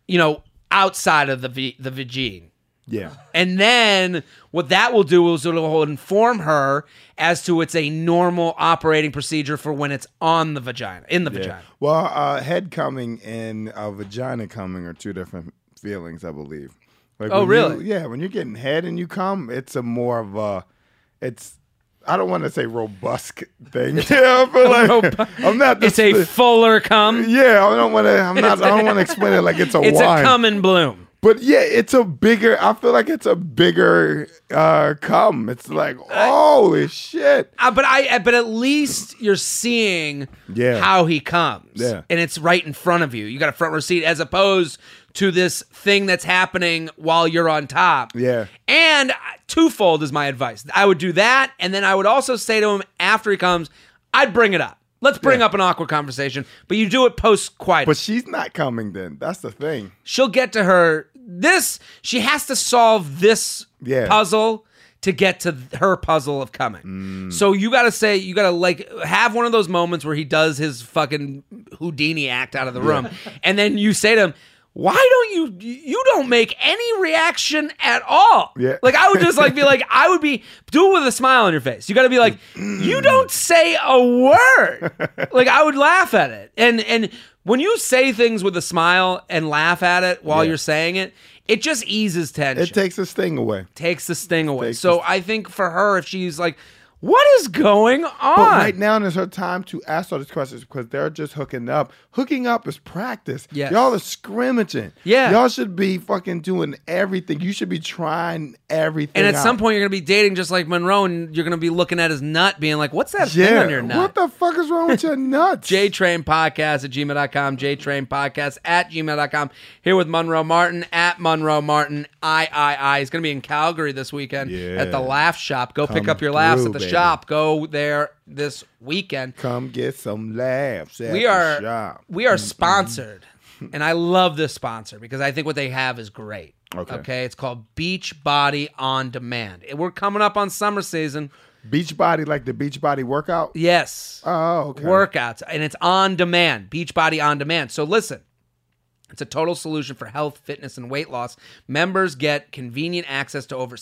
B: you know, outside of the v- the vagine.
D: Yeah.
B: And then what that will do is it'll inform her as to it's a normal operating procedure for when it's on the vagina, in the
D: Yeah.
B: vagina.
D: Well, uh, head coming and uh, vagina coming are two different feelings, I believe. Like
B: Oh,
D: when you-
B: really?
D: yeah. When you're getting head and you come, it's a more of a, it's. I don't want to say robust thing. Yeah, but like I'm not. The,
B: It's a fuller cum.
D: yeah. I don't want to. I'm not. I don't want to explain it like it's a
B: It's
D: wine.
B: a cum in bloom.
D: But yeah, it's a bigger. I feel like it's a bigger uh come. It's like holy shit.
B: Uh, but I. uh, But at least you're seeing
D: Yeah.
B: how he comes.
D: Yeah.
B: And it's right in front of you. You got a front row seat as opposed to this thing that's happening while you're on top.
D: Yeah.
B: And uh, twofold is my advice. I would do that, and then I would also say to him after he comes, I'd bring it up. Let's bring up an awkward conversation, but you do it post quiet.
D: But she's not coming. Then that's the thing.
B: she'll get to her this she has to solve this
D: Yeah.
B: puzzle to get to her puzzle of coming
D: Mm.
B: so you gotta say you gotta like have one of those moments where he does his fucking houdini act out of the room and then you say to him why don't you you don't make any reaction at all?
D: Yeah.
B: Like I would just like be like, I would be do it with a smile on your face. You gotta be like, you don't say a word. Like I would laugh at it. And and when you say things with a smile and laugh at it while you're saying it, it just eases tension.
D: It takes this thing away.
B: takes the sting away.
D: Takes
B: So I think for her, if she's like, what is going on?
D: But right now is her time to ask all these questions because they're just hooking up. Hooking up is practice.
B: Yes.
D: Y'all are scrimmaging.
B: Yeah.
D: Y'all should be fucking doing everything. You should be trying everything.
B: and at
D: out.
B: some point, you're gonna be dating just like Monroe, and you're gonna be looking at his nut, being like, "What's that thing
D: yeah,
B: on your nut?"
D: what the fuck is wrong with your nuts?
B: JTrain Podcast at gmail.com, JTrain Podcast at gmail.com. Here with Monroe Martin at Monroe Martin III. He's going to be in Calgary this weekend
D: Yeah.
B: at the Laugh Shop. Go pick
D: Come
B: up your laughs
D: through,
B: at the
D: baby.
B: shop. Go there this weekend.
D: Come get some laughs. At
B: We
D: the
B: are
D: shop. Mm-hmm.
B: we are sponsored, and I love this sponsor because I think what they have is great.
D: Okay.
B: it's called Beach Body on Demand. And We're coming up on summer season.
D: beach body like the beach body workout.
B: Yes,
D: Oh, okay.
B: workouts and it's on demand beachbody on demand so listen it's a total solution for health fitness and weight loss members get convenient access to over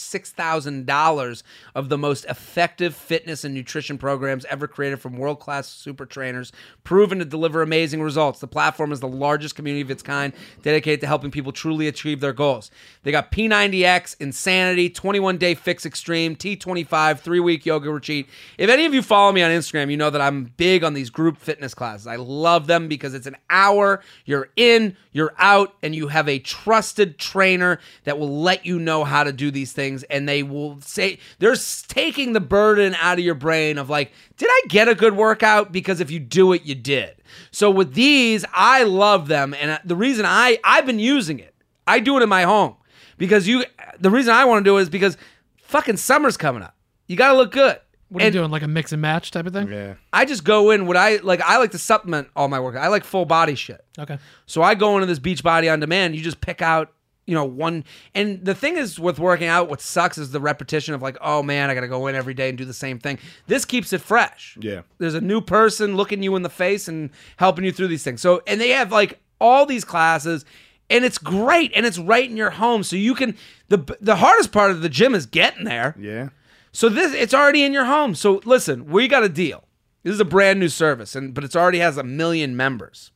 B: $6000 of the most effective fitness and nutrition programs ever created from world-class super trainers proven to deliver amazing results the platform is the largest community of its kind dedicated to helping people truly achieve their goals they got p90x insanity 21 day fix extreme t25 three-week yoga retreat if any of you follow me on instagram you know that i'm big on these group fitness classes i love them because it's an hour you're in you're out and you have a trusted trainer that will let you know how to do these things and they will say they're s- taking the burden out of your brain of like did i get a good workout because if you do it you did so with these i love them and uh, the reason i i've been using it i do it in my home because you the reason i want to do it is because fucking summer's coming up you gotta look good
C: What are you
B: And-
C: doing? Like a mix and match type of thing?
D: Yeah.
B: I just go in what I like. I like to supplement all my work. I like full body shit.
C: Okay.
B: So I go into this beach body on demand. You just pick out, you know, one. And the thing is with working out, what sucks is the repetition of like, oh man, I got to go in every day and do the same thing. This keeps it fresh.
D: Yeah.
B: There's a new person looking you in the face and helping you through these things. So, and they have like all these classes and it's great and it's right in your home. So you can, the, the hardest part of the gym is getting there.
D: Yeah.
B: So this it's already in your home. So listen, we got a deal. This is a brand new service, and but it's already has a million members.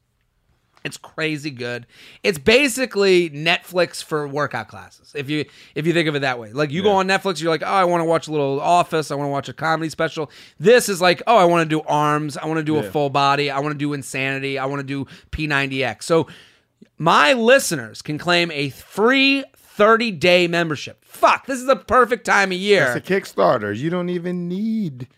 B: It's crazy good. It's basically Netflix for workout classes. If you if you think of it that way, like you go on Netflix, you're like, oh, I want to watch a little Office. I want to watch a comedy special. This is like, oh, I want to do arms. I want to do a full body. I want to do insanity. I want to do P90X. So my listeners can claim a free 30 day membership. Fuck, this is the perfect time of year.
D: It's a Kickstarter. You don't even need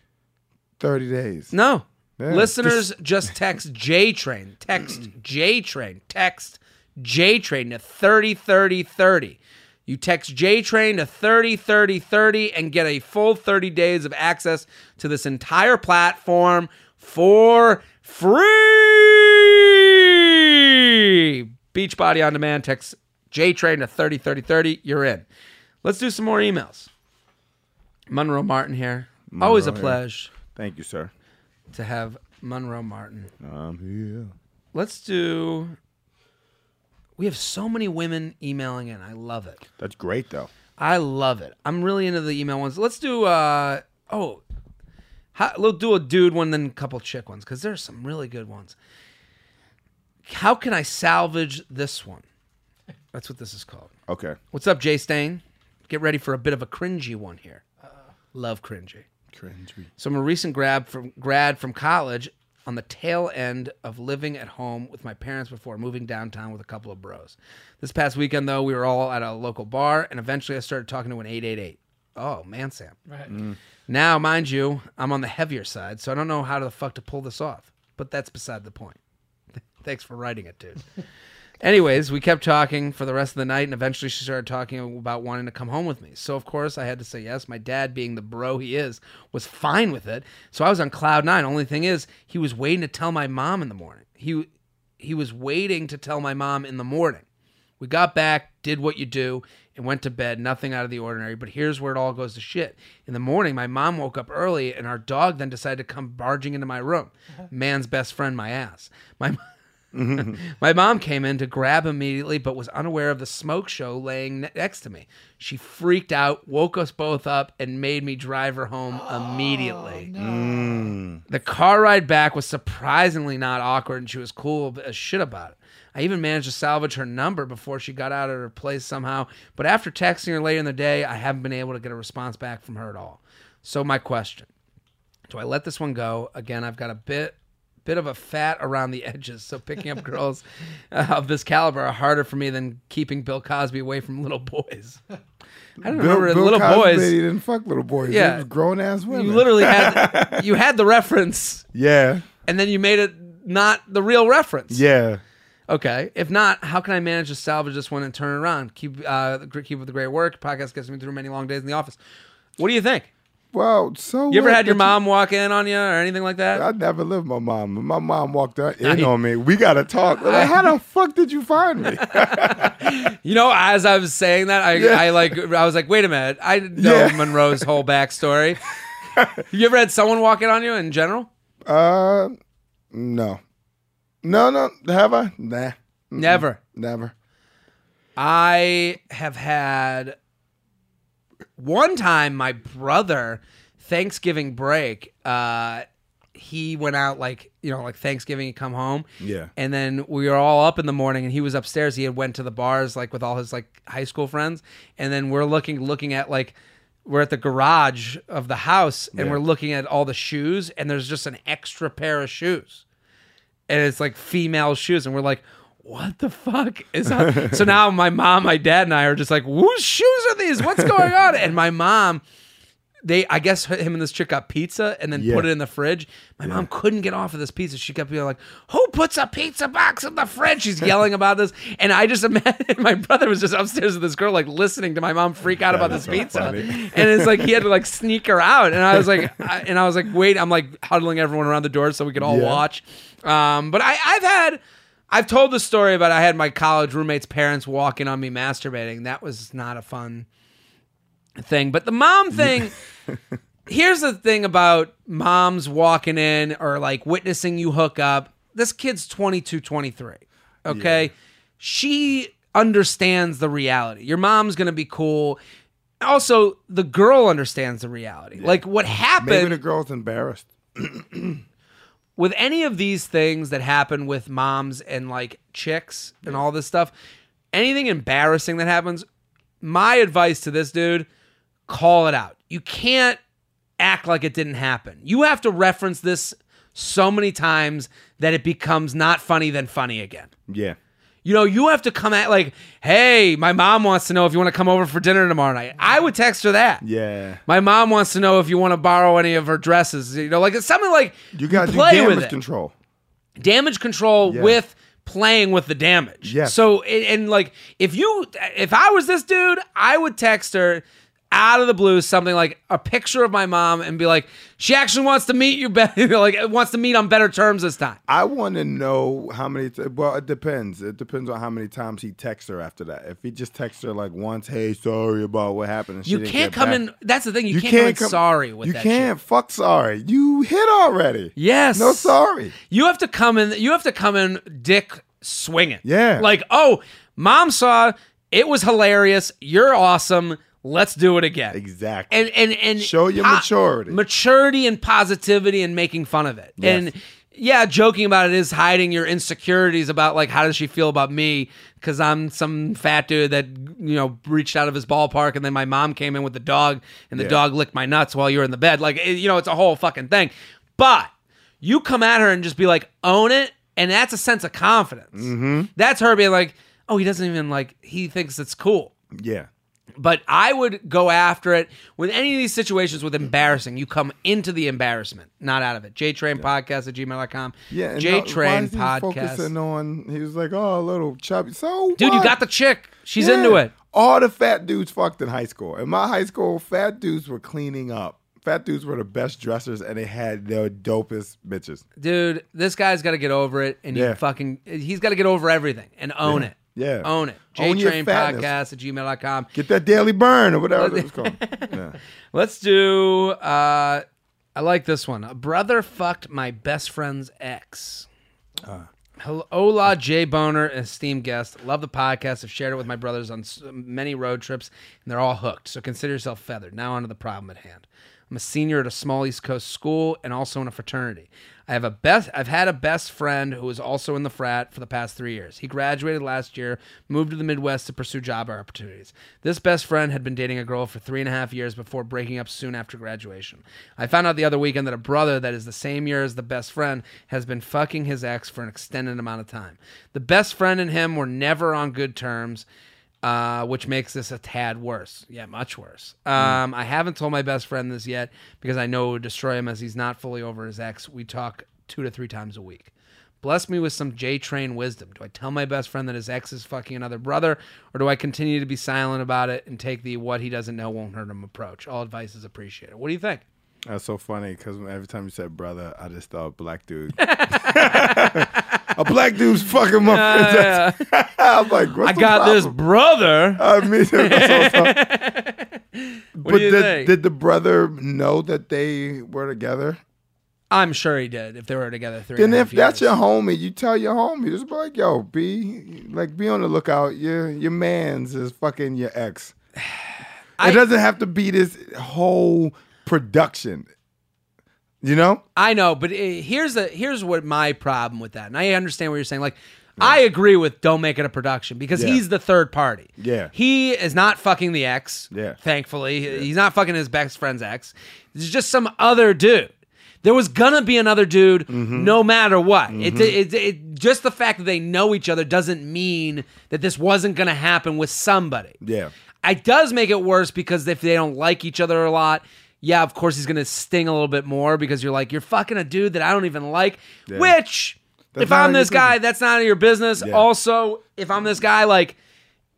D: 30 days.
B: No.
D: Yeah.
B: Listeners just, text J Train. Text J Train. Text J Train to 30 30 30. You text J Train to 30 30 30 and get a full 30 days of access to this entire platform for free. Beachbody on demand. Text J Train to 30 30 30. You're in. Let's do some more emails. Monroe Martin here. Always a
D: Monroe here.
B: pleasure
D: Thank you, sir.
B: to have Monroe Martin.
D: I'm here.
B: Let's do. We have so many women emailing in. I love it.
D: That's great, though.
B: I love it. I'm really into the email ones. Let's do. uh Oh, how, we'll do a dude one, then a couple chick ones because there's some really good ones. How can I salvage this one? That's what this is called.
D: Okay.
B: What's up, Jay Stain? Get ready for a bit of a cringy one here. Love cringy.
D: Cringy.
B: So I'm a recent grad from grad from college on the tail end of living at home with my parents before moving downtown with a couple of bros. This past weekend though, we were all at a local bar and eventually I started talking to an 888. Oh, man Sam.
C: Right.
B: Now, mind you, I'm on the heavier side, so I don't know how the fuck to pull this off. But that's beside the point. Thanks for writing it, dude. Anyways, we kept talking for the rest of the night, and eventually she started talking about wanting to come home with me. So, of course, I had to say yes. My dad, being the bro he is, was fine with it. So I was on cloud nine. Only thing is, he was waiting to tell my mom in the morning. He he was waiting to tell my mom in the morning. We got back, did what you do, and went to bed. Nothing out of the ordinary, but here's where it all goes to shit. In the morning, my mom woke up early, and our dog then decided to come barging into my room. Man's best friend, my ass. My My mom came in to grab immediately, but was unaware of the smoke show laying ne- next to me. She freaked out, woke us both up, and made me drive her home immediately. The car ride back was surprisingly not awkward, and she was cool as shit about it. I even managed to salvage her number before she got out of her place somehow. But after texting her later in the day, I haven't been able to get a response back from her at all. So my question: Do I let this one go? Again, I've got a bit bit of a fat around the edges, so picking up girls uh, of this caliber are harder for me than keeping Bill Cosby away from little boys. I don't remember little boys.
D: He didn't fuck little boys.
B: Yeah.
D: Yeah, grown ass women.
B: You literally had you had the reference
D: yeah,
B: and then you made it not the real reference.
D: yeah.
B: Okay. If not, how can I manage to salvage this one and turn it around? Keep uh gr- keep with the great work. Podcast gets me through many long days in the office. What do you think?
D: Well, so
B: You ever
D: what?
B: had your
D: But
B: mom walk in on you or anything like that?
D: I never lived with my mom. My mom walked in
B: Nah,
D: on me. We gotta talk. Like, how the fuck did you find me?
B: You know, as I was saying that, I,
D: Yeah.
B: I like I was like, wait a minute, I didn't know
D: Yeah.
B: Monroe's whole backstory. you ever had someone walk in on you in general?
D: uh, no, no, no. Have I? Nah,
B: Never.
D: never.
B: I have had one time my brother Thanksgiving break. Uh, he went out like you know like Thanksgiving and come home.
D: Yeah.
B: And then we were all up in the morning, and he was upstairs. He had went to the bars like with all his like high school friends, and then we're looking looking at like. We're at the garage of the house and we're looking at all the shoes, and there's just an extra pair of shoes and it's like female shoes, and we're like, what the fuck is up? so now my mom, my dad, and I are just like, whose shoes are these? What's going on? And my mom, they, I guess him and this chick got pizza and then
D: Yeah.
B: put it in the fridge. My mom couldn't get off of this pizza. She kept being like, "Who puts a pizza box in the fridge?" She's yelling about this, and I just imagine my brother was just upstairs with this girl, like listening to my mom freak out about this pizza. and it's like he had to like sneak her out, and I was like, I, and I was like, wait, I'm like huddling everyone around the door so we could all
D: Yeah.
B: watch. Um, but I, I've had. I've told the story about I had my college roommate's parents walk in on me masturbating. That was not a fun thing. But the mom thing, here's the thing about moms walking in or like witnessing you hook up. This kid's 22, 23. Okay. She understands the reality. Your mom's going to be cool. Also, the girl understands the reality. Like what happened
D: Maybe the girl's embarrassed.
B: with any of these things that happen with moms and like chicks and all this stuff, anything embarrassing that happens, my advice to this dude, call it out. You can't act like it didn't happen. You have to reference this so many times that it becomes not funny then funny again.
D: Yeah.
B: You know, you have to come at like, "Hey, my mom wants to know if you want to come over for dinner tomorrow night." I would text her that.
D: Yeah.
B: My mom wants to know if you want to borrow any of her dresses. You know, like it's something like
D: You got to do
B: play with
D: damage
B: it
D: control.
B: damage control
D: Yeah.
B: with playing with the damage.
D: Yes.
B: So and, and like if you if I was this dude, I would text her out of the blue something like a picture of my mom and be like, she actually wants to meet you better, like wants to meet on better terms this time.
D: I want to know how many. T- well, it depends. It depends on how many times he texts her after that. If he just texts her like once, "Hey, sorry about what happened," and she
B: You
D: didn't
B: can't
D: get
B: come
D: back-
B: in. That's the thing. You,
D: You
B: can't,
D: can't
B: come in
D: come-
B: sorry with
D: you
B: that.
D: can't
B: Shit.
D: fuck sorry. You hit already.
B: Yes.
D: No sorry.
B: You have to come in. You have to come in, dick swinging.
D: Yeah.
B: Like, oh, mom saw it was hilarious. You're awesome. Let's do it again.
D: Exactly.
B: and and and
D: Show your
B: po-
D: maturity.
B: maturity and positivity, and making fun of it.
D: Yes.
B: And yeah, joking about it is hiding your insecurities about like how does she feel about me because I'm some fat dude that you know reached out of his ballpark, and then my mom came in with the dog, and the
D: Yeah.
B: dog licked my nuts while you were in the bed. Like it- you know, it's a whole fucking thing. But you come at her and just be like, own it, and that's a sense of confidence.
D: Mm-hmm.
B: That's her being like, oh, he doesn't even like he thinks it's cool
D: yeah.
B: but I would go after it with any of these situations with embarrassing. You come into the embarrassment, not out of it. JTrain Podcast at gmail.com.
D: Yeah. and now- why
B: JTrain
D: is he
B: Podcast.
D: Focusing on, he was like, "Oh, a little chubby." So
B: Dude, you
D: what?
B: got the chick. She's
D: Yeah.
B: into it.
D: All the fat dudes fucked in high school. In my high school, fat dudes were cleaning up. Fat dudes were the best dressers, and they had their dopest bitches.
B: Dude, this guy's got to get over it and you
D: Yeah.
B: fucking he's got to get over everything and own it.
D: Yeah.
B: Own it.
D: Own your
B: JTrain Podcast
D: fatness.
B: at gmail.com.
D: Get that daily burn or whatever it was called. Yeah.
B: Let's do uh I like this one. A brother fucked my best friend's ex. Hello, Ola J Boner, an esteemed guest. Love the podcast. I've shared it with my brothers on s- many road trips, and they're all hooked. So consider yourself feathered. Now onto the problem at hand. I'm a senior at a small East Coast school and also in a fraternity. I have a best. I've had a best friend who is also in the frat for the past three years. He graduated last year, moved to the Midwest to pursue job opportunities. This best friend had been dating a girl for three and a half years before breaking up soon after graduation. I found out the other weekend that a brother that is the same year as the best friend has been fucking his ex for an extended amount of time. The best friend and him were never on good terms uh, which makes this a tad worse. Yeah, much worse. Um, I haven't told my best friend this yet because I know it would destroy him as he's not fully over his ex. We talk two to three times a week. Bless me with some J Train wisdom. Do I tell my best friend that his ex is fucking another brother, or do I continue to be silent about it and take the what he doesn't know won't hurt him approach? All advice is appreciated. What do you think?
D: That's so funny because every time you said brother, I just thought black dude. a black dude's fucking my friend. I'm like, what's
B: I got this brother.
D: I mean, that's so funny.
B: do
D: Uh, but
B: you
D: did,
B: think?
D: did the brother know that they were together?
B: I'm sure he did if they were together three.
D: Then
B: and a
D: if
B: half
D: that's
B: years.
D: your homie, you tell your homie, just be like, yo, be like, be on the lookout. Your your man's is fucking your ex.
B: I-
D: it doesn't have to be this whole production. You know?
B: I know, but eh, here's the here's what my problem with that, and I understand what you're saying. Like, I agree with don't make it a production because
D: Yeah.
B: he's the third party.
D: Yeah.
B: he is not fucking the ex.
D: Yeah.
B: thankfully he's not fucking his best friend's ex. There's just some other dude. There was gonna be another dude,
D: Mm-hmm.
B: no matter what. It, it, it just the fact that they know each other doesn't mean that this wasn't gonna happen with somebody.
D: Yeah.
B: It does make it worse because if they don't like each other a lot, yeah, of course he's gonna sting a little bit more because you're like, you're fucking a dude that I don't even like. Which,
D: That's
B: if
D: not
B: I'm
D: your
B: this guy,
D: business.
B: that's none of your business.
D: Yeah.
B: Also, if I'm this guy, like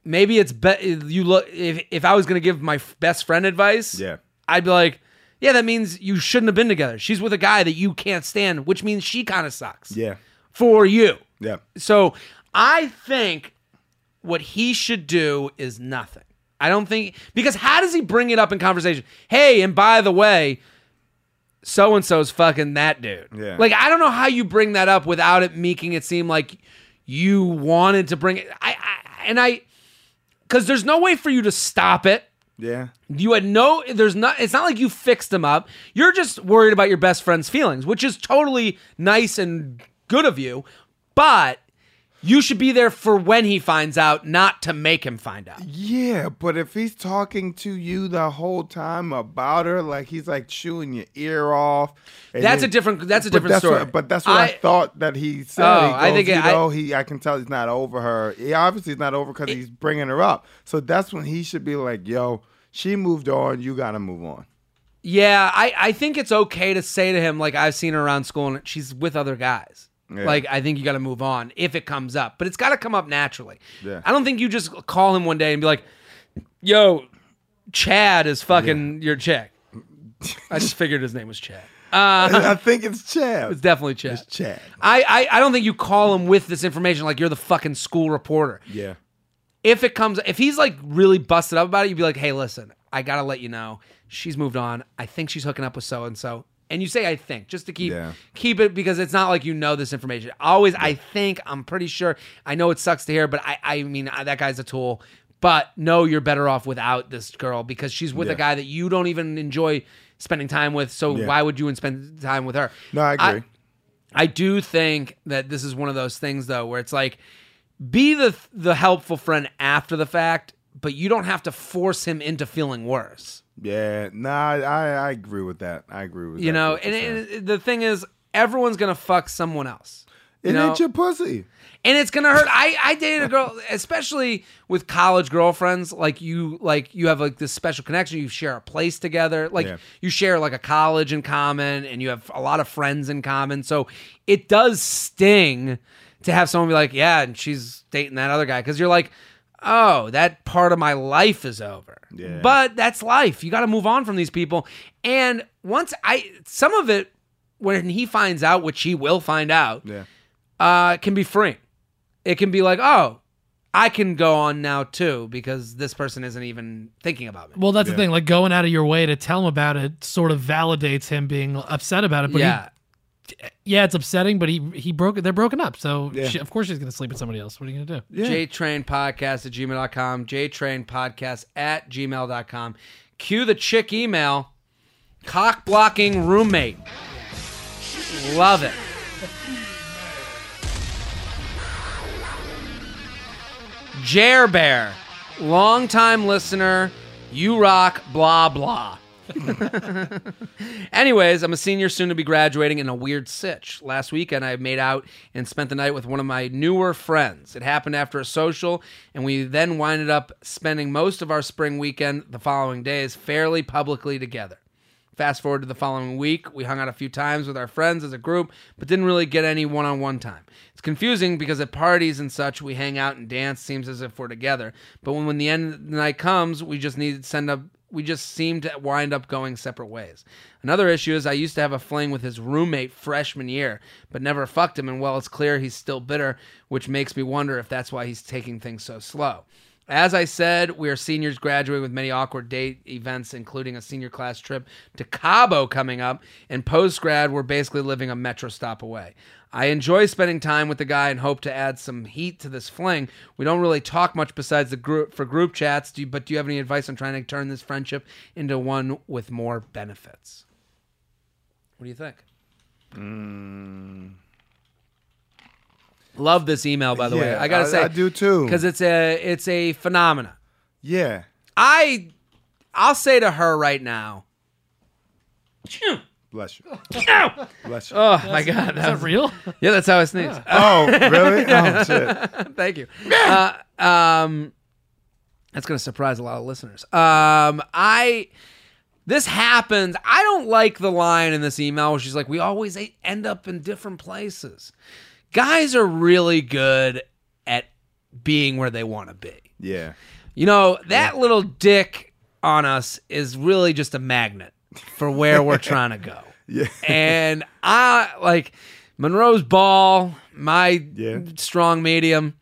B: maybe it's bet you look if if I was gonna give my f- best friend advice,
D: Yeah.
B: I'd be like, yeah, that means you shouldn't have been together. She's with a guy that you can't stand, which means she kind of sucks.
D: Yeah.
B: for you.
D: Yeah.
B: So I think what he should do is nothing. I don't think because how does he bring it up in conversation? Hey, and by the way, so and so's fucking that dude.
D: Yeah.
B: Like I don't know how you bring that up without it making it seem like you wanted to bring it. I, I and I because there's no way for you to stop it.
D: Yeah.
B: You had no, there's not, it's not like you fixed them up. You're just worried about your best friend's feelings, which is totally nice and good of you, but you should be there for when he finds out, not to make him find out.
D: Yeah, but if he's talking to you the whole time about her, like he's like chewing your ear off. and
B: That's
D: then-
B: a different- that's a
D: but
B: different story.
D: What, but that's what I,
B: I-
D: thought that he said.
B: Oh,
D: he goes,
B: I think
D: you
B: I-
D: know, he. I can tell he's not over her. He obviously is not over because he's bringing her up. So that's when he should be like, "Yo, she moved on. You gotta move on."
B: Yeah, I, I think it's okay to say to him, like, I've seen her around school and she's with other guys.
D: Yeah.
B: Like, I think you got to move on if it comes up, but it's got to come up naturally.
D: Yeah.
B: I don't think you just call him one day and be like, yo, Chad is fucking your chick. I just figured his name was Chad.
D: I think it's Chad.
B: Uh-huh. It's definitely Chad.
D: Chad.
B: I, I, I don't think you call him with this information like you're the fucking school reporter.
D: Yeah.
B: If it comes, if he's like really busted up about it, you'd be like, hey, listen, I gotta let you know she's moved on. I think she's hooking up with so and so. And you say I think just to keep
D: Yeah.
B: keep it because it's not like you know this information. Always I think I'm pretty sure. I know it sucks to hear, but I I mean I, that guy's a tool. But no, you're better off without this girl because she's with a
D: Yeah.
B: guy that you don't even enjoy spending time with. So
D: Yeah.
B: why would you spend time with her?
D: No, I agree.
B: I do think that this is one of those things though where it's like be the the helpful friend after the fact, but you don't have to force him into feeling worse.
D: yeah. Nah, I, I agree with that. I agree with
B: You
D: that
B: know,
D: 100%.
B: and, and the thing is everyone's going to fuck someone else.
D: it
B: know-
D: ain't your pussy.
B: and it's gonna hurt. I I dated a girl, especially with college girlfriends. Like you, like you have like this special connection. You share a place together. Like
D: Yeah.
B: you share like a college in common, and you have a lot of friends in common. So it does sting to have someone be like, yeah, and she's dating that other guy because you're like. Oh, that part of my life is over.
D: Yeah.
B: But that's life. You got to move on from these people. And once I, some of it, when he finds out, which he will find out,
D: Yeah.
B: uh, can be free. It can be like, oh, I can go on now too because this person isn't even thinking about me.
C: Well, that's the thing. Like going out of your way to tell him about it sort of validates him being upset about it. But he
B: yeah,
C: yeah, it's upsetting, but he he broke. They're broken up, so
D: Yeah.
C: she, of course she's gonna sleep with somebody else. What are you gonna do?
D: Yeah.
B: JTrain podcast at gmail.com, JTrain podcast at gmail.com. Cue the chick email, cock blocking roommate. Love it. Jer Bear, longtime listener, you rock, blah, blah. Anyways, I'm a senior soon to be graduating in a weird sitch. Last weekend, I made out and spent the night with one of my newer friends. It happened after a social, and we then winded up spending most of our spring weekend the following days fairly publicly together. Fast forward to the following week, we hung out a few times with our friends as a group, but didn't really get any one on one time. It's confusing because at parties and such, we hang out and dance, seems as if we're together. But when, when the end of the night comes, we just need to send up. We just seem to wind up going separate ways. Another issue is I used to have a fling with his roommate freshman year, but never fucked him, and well, it's clear he's still bitter, which makes me wonder if that's why he's taking things so slow. As I said, we are seniors graduating with many awkward date events, including a senior class trip to Cabo coming up, and post grad, we're basically living a metro stop away. I enjoy spending time with the guy and hope to add some heat to this fling. We don't really talk much besides the group for group chats, do you, but do you have any advice on trying to turn this friendship into one with more benefits? What do you think?
D: Mm.
B: Love this email, by the way.
D: Yeah,
B: I gotta
D: I-
B: say,
D: I do too.
B: because it's a it's a phenomena.
D: Yeah.
B: I I'll say to her right now.
D: Bless you. Bless you.
B: Oh my god,
C: Is that real?
B: yeah, that's how I sneeze.
D: oh, really? Oh, shit.
B: Thank you. Uh, um, that's going to surprise a lot of listeners. Um, I this happens. I don't like the line in this email where she's like, "We always a- end up in different places." Guys are really good at being where they want to be.
D: Yeah.
B: You know, that little dick on us is really just a magnet for where we're trying to go.
D: Yeah.
B: And I like Monroe's ball, my
D: Yeah.
B: strong medium.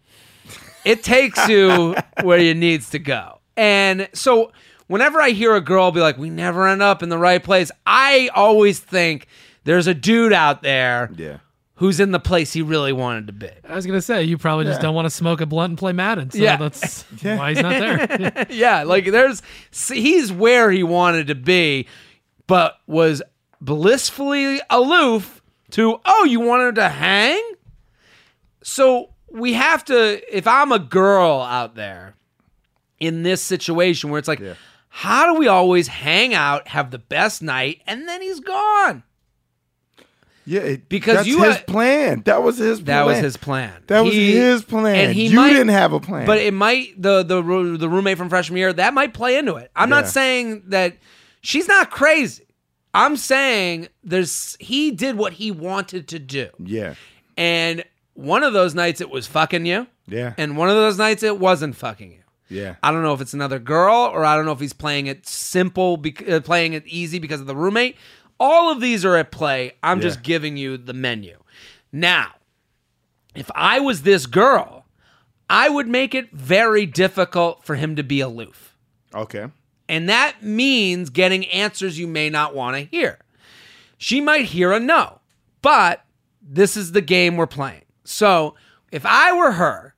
B: It takes you where you needs to go. And so whenever I hear a girl be like, "We never end up in the right place," I always think there's a dude out there
D: Yeah.
B: who's in the place he really wanted to be.
C: I was gonna say you probably just don't want to smoke a blunt and play Madden. So
B: Yeah.
C: that's why he's not there.
B: yeah, like there's see, he's where he wanted to be, but was blissfully aloof to oh, you wanted to hang? So we have to if I'm a girl out there in this situation where it's like how do we always hang out, have the best night, and then he's gone?
D: Yeah. It,
B: Because
D: that's
B: you
D: his
B: had-
D: plan. That was his plan.
B: That was his plan.
D: That was
B: He-
D: his plan.
B: and he
D: you
B: might-
D: didn't have a plan.
B: But it might the the roo- the roommate from freshman year that might play into it. I'm not
D: Yeah.
B: saying that she's not crazy. I'm saying there's he did what he wanted to do,
D: yeah.
B: and one of those nights it was fucking you,
D: Yeah.
B: and one of those nights it wasn't fucking you.
D: yeah.
B: I don't know if it's another girl or I don't know if he's playing it simple, bec- uh, playing it easy because of the roommate. All of these are at play. I'm
D: Yeah.
B: just giving you the menu. Now, if I was this girl, I would make it very difficult for him to be aloof.
D: okay.
B: And that means getting answers you may not want to hear. She might hear a no, but this is the game we're playing. So if I were her,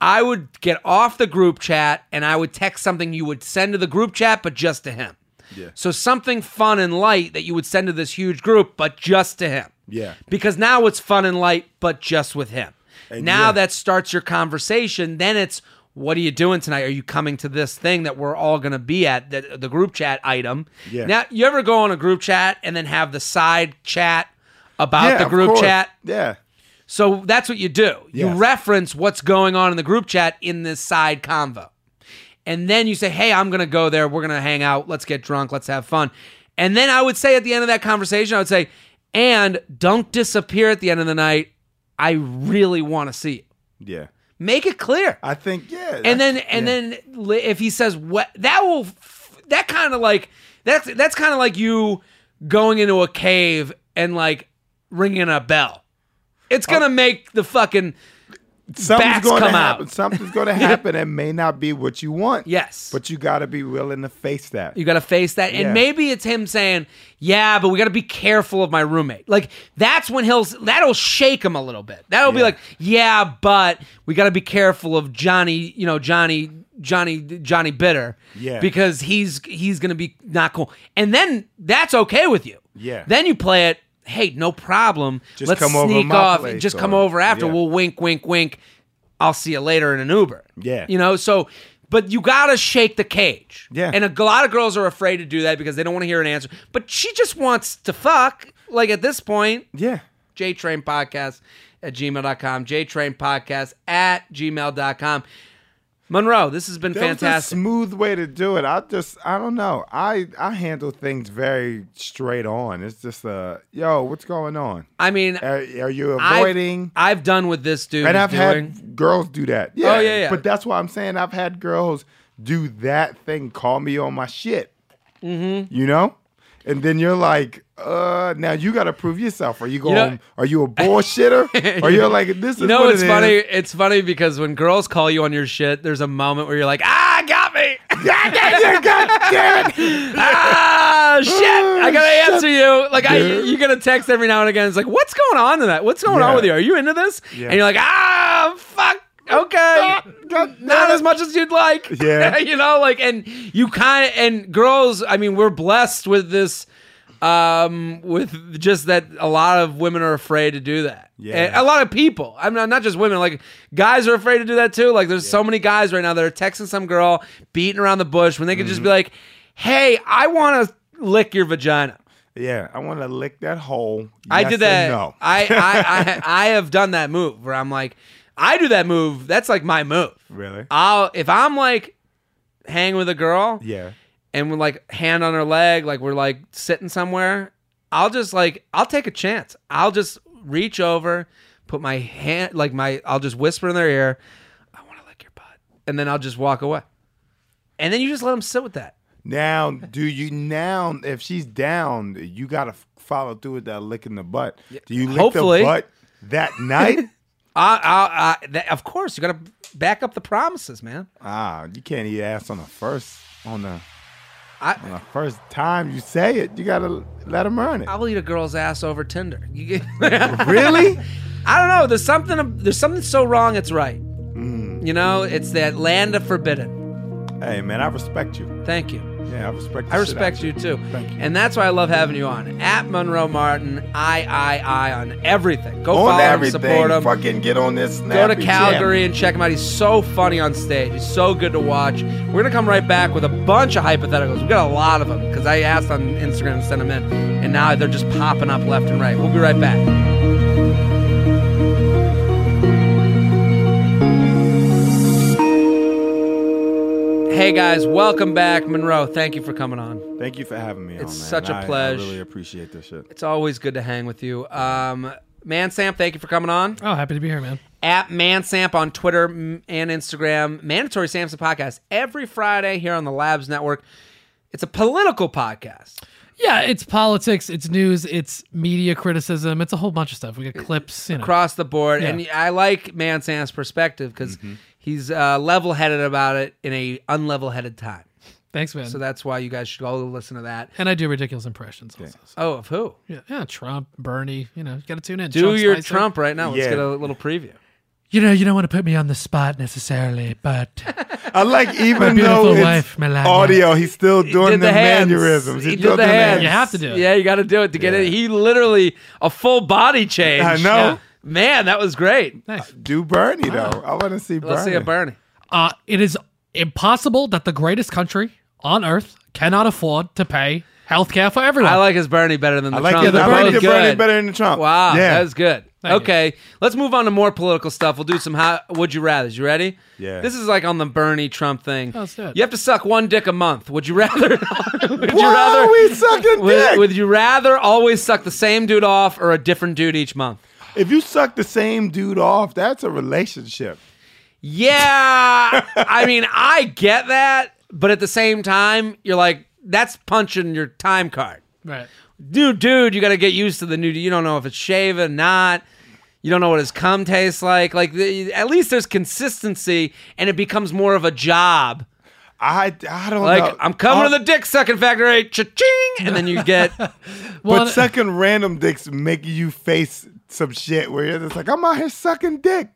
B: I would get off the group chat and I would text something you would send to the group chat, but just to him.
D: Yeah.
B: So something fun and light that you would send to this huge group, but just to him.
D: Yeah.
B: Because now it's fun and light, but just with him. now
D: yeah.
B: that starts your conversation. Then it's, what are you doing tonight? Are you coming to this thing that we're all going to be at, the, the group chat item?
D: Yeah.
B: Now, you ever go on a group chat and then have the side chat about
D: yeah,
B: the
D: of
B: group
D: course.
B: chat?
D: Yeah.
B: So that's what you do. You
D: Yes.
B: reference what's going on in the group chat in this side convo. And then you say, hey, I'm going to go there. We're going to hang out. Let's get drunk. Let's have fun. And then I would say at the end of that conversation, I would say, and don't disappear at the end of the night. I really want to see you.
D: Yeah.
B: Make it clear.
D: I think yeah.
B: and then, and then li- if he says what, that will, f- that kind of like, that's, that's kind of like you going into a
D: Oh.
B: cave and like ringing a bell. It's going to make the fucking
D: something's
B: Bats
D: going to
B: come out.
D: happen. Something's going to happen and may not be what you want.
B: Yes.
D: But you got to be willing to face that.
B: You got to face that. And
D: Yeah.
B: maybe it's him saying, "Yeah, but we got to be careful of my roommate." Like that's when he'll that'll shake him a little bit. That'll be
D: Yeah.
B: like, "Yeah, but we got to be careful of Johnny, you know, Johnny Johnny Johnny Bitter."
D: Yeah.
B: Because he's he's going to be not cool. And then that's okay with you.
D: Yeah.
B: Then you play it, "Hey, no problem.
D: Just
B: Let's
D: come over
B: sneak
D: my
B: off and
D: place,"
B: just come
D: or-
B: over after.
D: yeah.
B: We'll wink wink wink. I'll see you later in an Uber."
D: Yeah.
B: You know, so but you got to shake the cage.
D: Yeah.
B: And a lot of girls are afraid to do that because they don't want to hear an answer. But she just wants to fuck. Like at this point,
D: yeah.
B: JTrain Podcast at gmail.com, JTrain Podcast at gmail.com. Monroe, this has been
D: That was a
B: fantastic.
D: smooth way to do it. I just, I don't know. I, I handle things very straight on. It's just uh, yo, what's going on?
B: I mean,
D: Are, are you
B: I've-
D: avoiding?
B: I've, done with this dude.
D: and
B: is
D: I've
B: doing. Oh,
D: had girls do that. Yeah,
B: yeah, yeah.
D: But that's why I'm saying I've had girls do that thing, call me on my shit. Mm-hmm. You know? And then you're like, uh, now you gotta prove yourself. Are you going?
B: know-
D: are you a bullshitter? or you're like, this is
B: You know,
D: what
B: it's
D: it
B: funny.
D: is.
B: It's funny because when girls call you on your shit, there's a moment where you're like, ah, got me.
D: God damn it, God damn it.
B: ah, shit! I gotta answer you. Like, I,
D: Oh, Yeah.
B: you get a text every now and again. It's like, what's going on tonight? What's going on
D: Yeah.
B: with you? Are you into this?
D: Yeah.
B: And you're like, ah, fuck. Okay,
D: God damn
B: not
D: it.
B: as much as you'd like.
D: ah. Yeah.
B: you know, like, and you kind of, and girls. I mean, we're blessed with this, um, with just that. A lot of women are afraid to do that.
D: Yeah.
B: And a lot of people. I'm not not just women. Like guys are afraid to do that too. Like there's so many guys right now that are texting some girl, beating around the bush when they could just
D: Mm-hmm.
B: be like, "Hey, I want to lick your vagina."
D: Yeah, I want to lick that hole.
B: I
D: Yes
B: did
D: and
B: that.
D: No.
B: I, I I I have done that move where I'm like, I do that move. That's like my move.
D: really?
B: I'll if I'm like hang with a girl,
D: yeah.
B: and we're like hand on her leg, like we're like sitting somewhere, I'll just like I'll take a chance. I'll just reach over, put my hand like my I'll just whisper in their ear, I want to lick your butt, and then I'll just walk away. And then you just let them sit with that.
D: Now, do you now? If she's down, you gotta f- follow through with that licking the butt. Do you lick
B: Hopefully.
D: the butt that night?
B: I, I, I, that, of course, you got to back up the promises, man.
D: ah, you can't eat ass on the first on the on
B: I,
D: the first time you say it. You gotta let them earn it.
B: I will eat a girl's ass over Tinder. You get,
D: really?
B: I don't know. There's something. There's something so wrong. It's right. You know, it's that land of forbidden.
D: hey man, I respect you.
B: Thank you.
D: Yeah, I respect. the
B: I
D: shit out
B: respect
D: of
B: you too.
D: Thank you.
B: And that's why I love having you on. At Monroe Martin, I, I, I on everything. Go
D: On
B: follow
D: everything,
B: him, support him.
D: fucking get on this.
B: Go to
D: snappy
B: Calgary and check him out. He's so funny on stage. He's so good to watch. We're gonna come right back with a bunch of hypotheticals. We got a lot of them because I asked on Instagram and sent them in, and now they're just popping up left and right. We'll be right back. Hey guys, welcome back, Monroe. Thank you for coming on.
D: jam. Thank you for having me. on,
B: It's
D: man.
B: such a
D: I-
B: pleasure.
D: I really appreciate this shit.
B: It's always good to hang with you. Um, Man Samp, thank you for coming on.
C: Oh, happy to be here, man.
B: At Man Samp on Twitter mm, and Instagram. Mandatory Samson podcast every Friday here on the Labs Network. It's a political podcast.
C: Yeah, it's politics, it's news, it's media criticism, it's a whole bunch of stuff. We got clips, you know.
B: across the board.
C: Yeah.
B: And I like Man Sam's perspective because he's uh, level headed about it in a unlevel headed time.
C: Thanks, man.
B: So that's why you guys should all listen to that.
C: and I do ridiculous impressions also. so-
B: Oh, of who?
C: Yeah, yeah, Trump, Bernie, you know, you got to tune in.
B: Do
C: Sean
B: your
C: Spicer.
B: Trump right now. Let's
D: Yeah.
B: get a little preview.
C: You know, you don't want to put me on the spot necessarily, but
D: I like even
C: beautiful
D: though it's
C: wife, Melania.
D: audio, he's still doing
B: did
D: the,
B: the hands.
D: mannerisms.
B: He
D: He's
B: did
D: still
B: the
D: doing
B: hands.
C: you have to do it.
B: Yeah, you got to do it to get it. He literally a full body change.
D: I know. Yeah.
B: Man, that was great.
C: nice.
D: Do Bernie though. I want to see Bernie.
B: Let's see a Bernie.
C: Uh, it is impossible that the greatest country on earth cannot afford to pay healthcare for everyone.
B: I like his Bernie better than the
D: I like
B: Trump.
D: the, I
B: That
D: like
B: was
D: the Bernie
B: good.
D: better than the Trump.
B: Wow,
D: Yeah.
B: that was good.
C: Thank
B: okay, let's move on to more political stuff. We'll do some how would you rather. You ready?
D: Yeah.
B: This is like on the Bernie Trump thing.
C: let's do it.
B: You have to suck one dick a month. Would you rather? would
D: Whoa,
B: you rather?
D: we sucking
B: would,
D: dick.
B: would you rather always suck the same dude off or a different dude each month?
D: if you suck the same dude off, that's a relationship.
B: Yeah, I mean, I get that, but at the same time, you're like, that's punching your time card.
C: right.
B: Dude, dude, you got to get used to the new. You don't know if it's shaven, not. You don't know what his cum tastes like. Like the, at least there's consistency, and it becomes more of a job.
D: I, I don't
B: Like
D: know.
B: I'm coming
D: All-
B: to the dick sucking factory, cha-ching, and then you get
C: Well,
D: but sucking random dicks make you face some shit where you're just like, I'm out here sucking dick.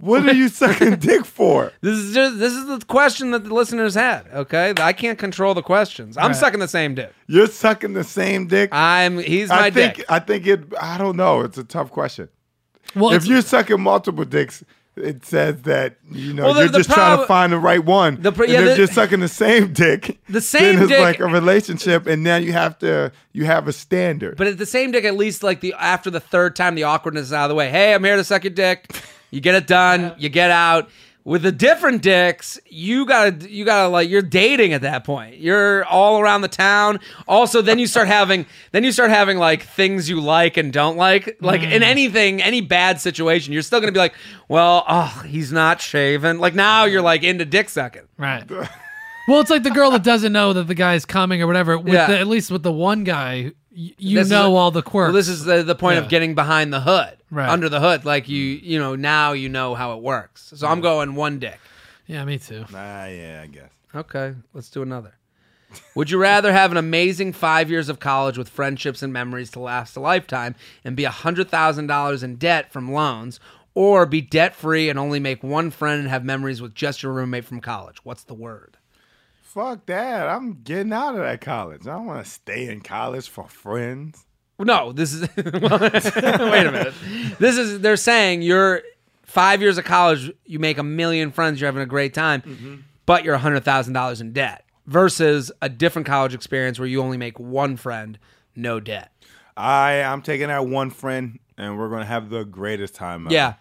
D: What are you sucking dick for?
B: this is just this is the question that the listeners had. Okay, I can't control the questions. I'm sucking the same dick.
D: You're sucking the same dick.
B: I'm he's my
D: I think
B: dick.
D: I think it. I don't know. It's a tough question.
C: uh, well,
D: if
C: it's-
D: you're sucking multiple dicks, it says that you know
B: Well, the-
D: you're
B: the
D: just trying to
B: prob-
D: find the right one.
B: The pr-
D: and
B: yeah,
D: if
B: the-
D: you're sucking the same dick,
B: The same
D: then it's
B: dick-
D: like a relationship, and now you have to you have a standard.
B: But at the same dick, at least like the after the third time, the awkwardness is out of the way. Hey, I'm here to suck your dick. You get it done. You get out. With the different dicks, you gotta you gotta like you're dating at that point. You're all around the town. Also, then you start having then you start having like things you like and don't like. Like in anything, any bad situation, you're still gonna be like, well, oh, he's not shaven. Like now you're like into dick sucking.
C: Right. Well, it's like the girl that doesn't know that the guy's coming or whatever. With
B: Yeah.
C: the, at least with the one guy, y- you
B: This is
C: know
B: a-
C: all the quirks.
B: Well, this is the, the point
C: Yeah.
B: of getting behind the hood,
C: Right.
B: under the hood. Like you, you know, now you know how it works. So I'm going one dick.
C: yeah, me too.
D: ah, yeah, I guess.
B: Okay, let's do another. Would you rather have an amazing five years of college with friendships and memories to last a lifetime and be $100,000 in debt from loans, or be debt free and only make one friend and have memories with just your roommate from college? What's the word?
D: Fuck that. I'm getting out of that college. I don't want to stay in college for friends.
B: No, this is. well, wait a minute. This is. They're saying you're five years of college, you make a million friends, you're having a great time, but you're hundred thousand dollars in debt. Versus a different college experience where you only make one friend, no debt.
D: I I'm taking out one friend, and we're gonna have the greatest time. ever.
B: Yeah,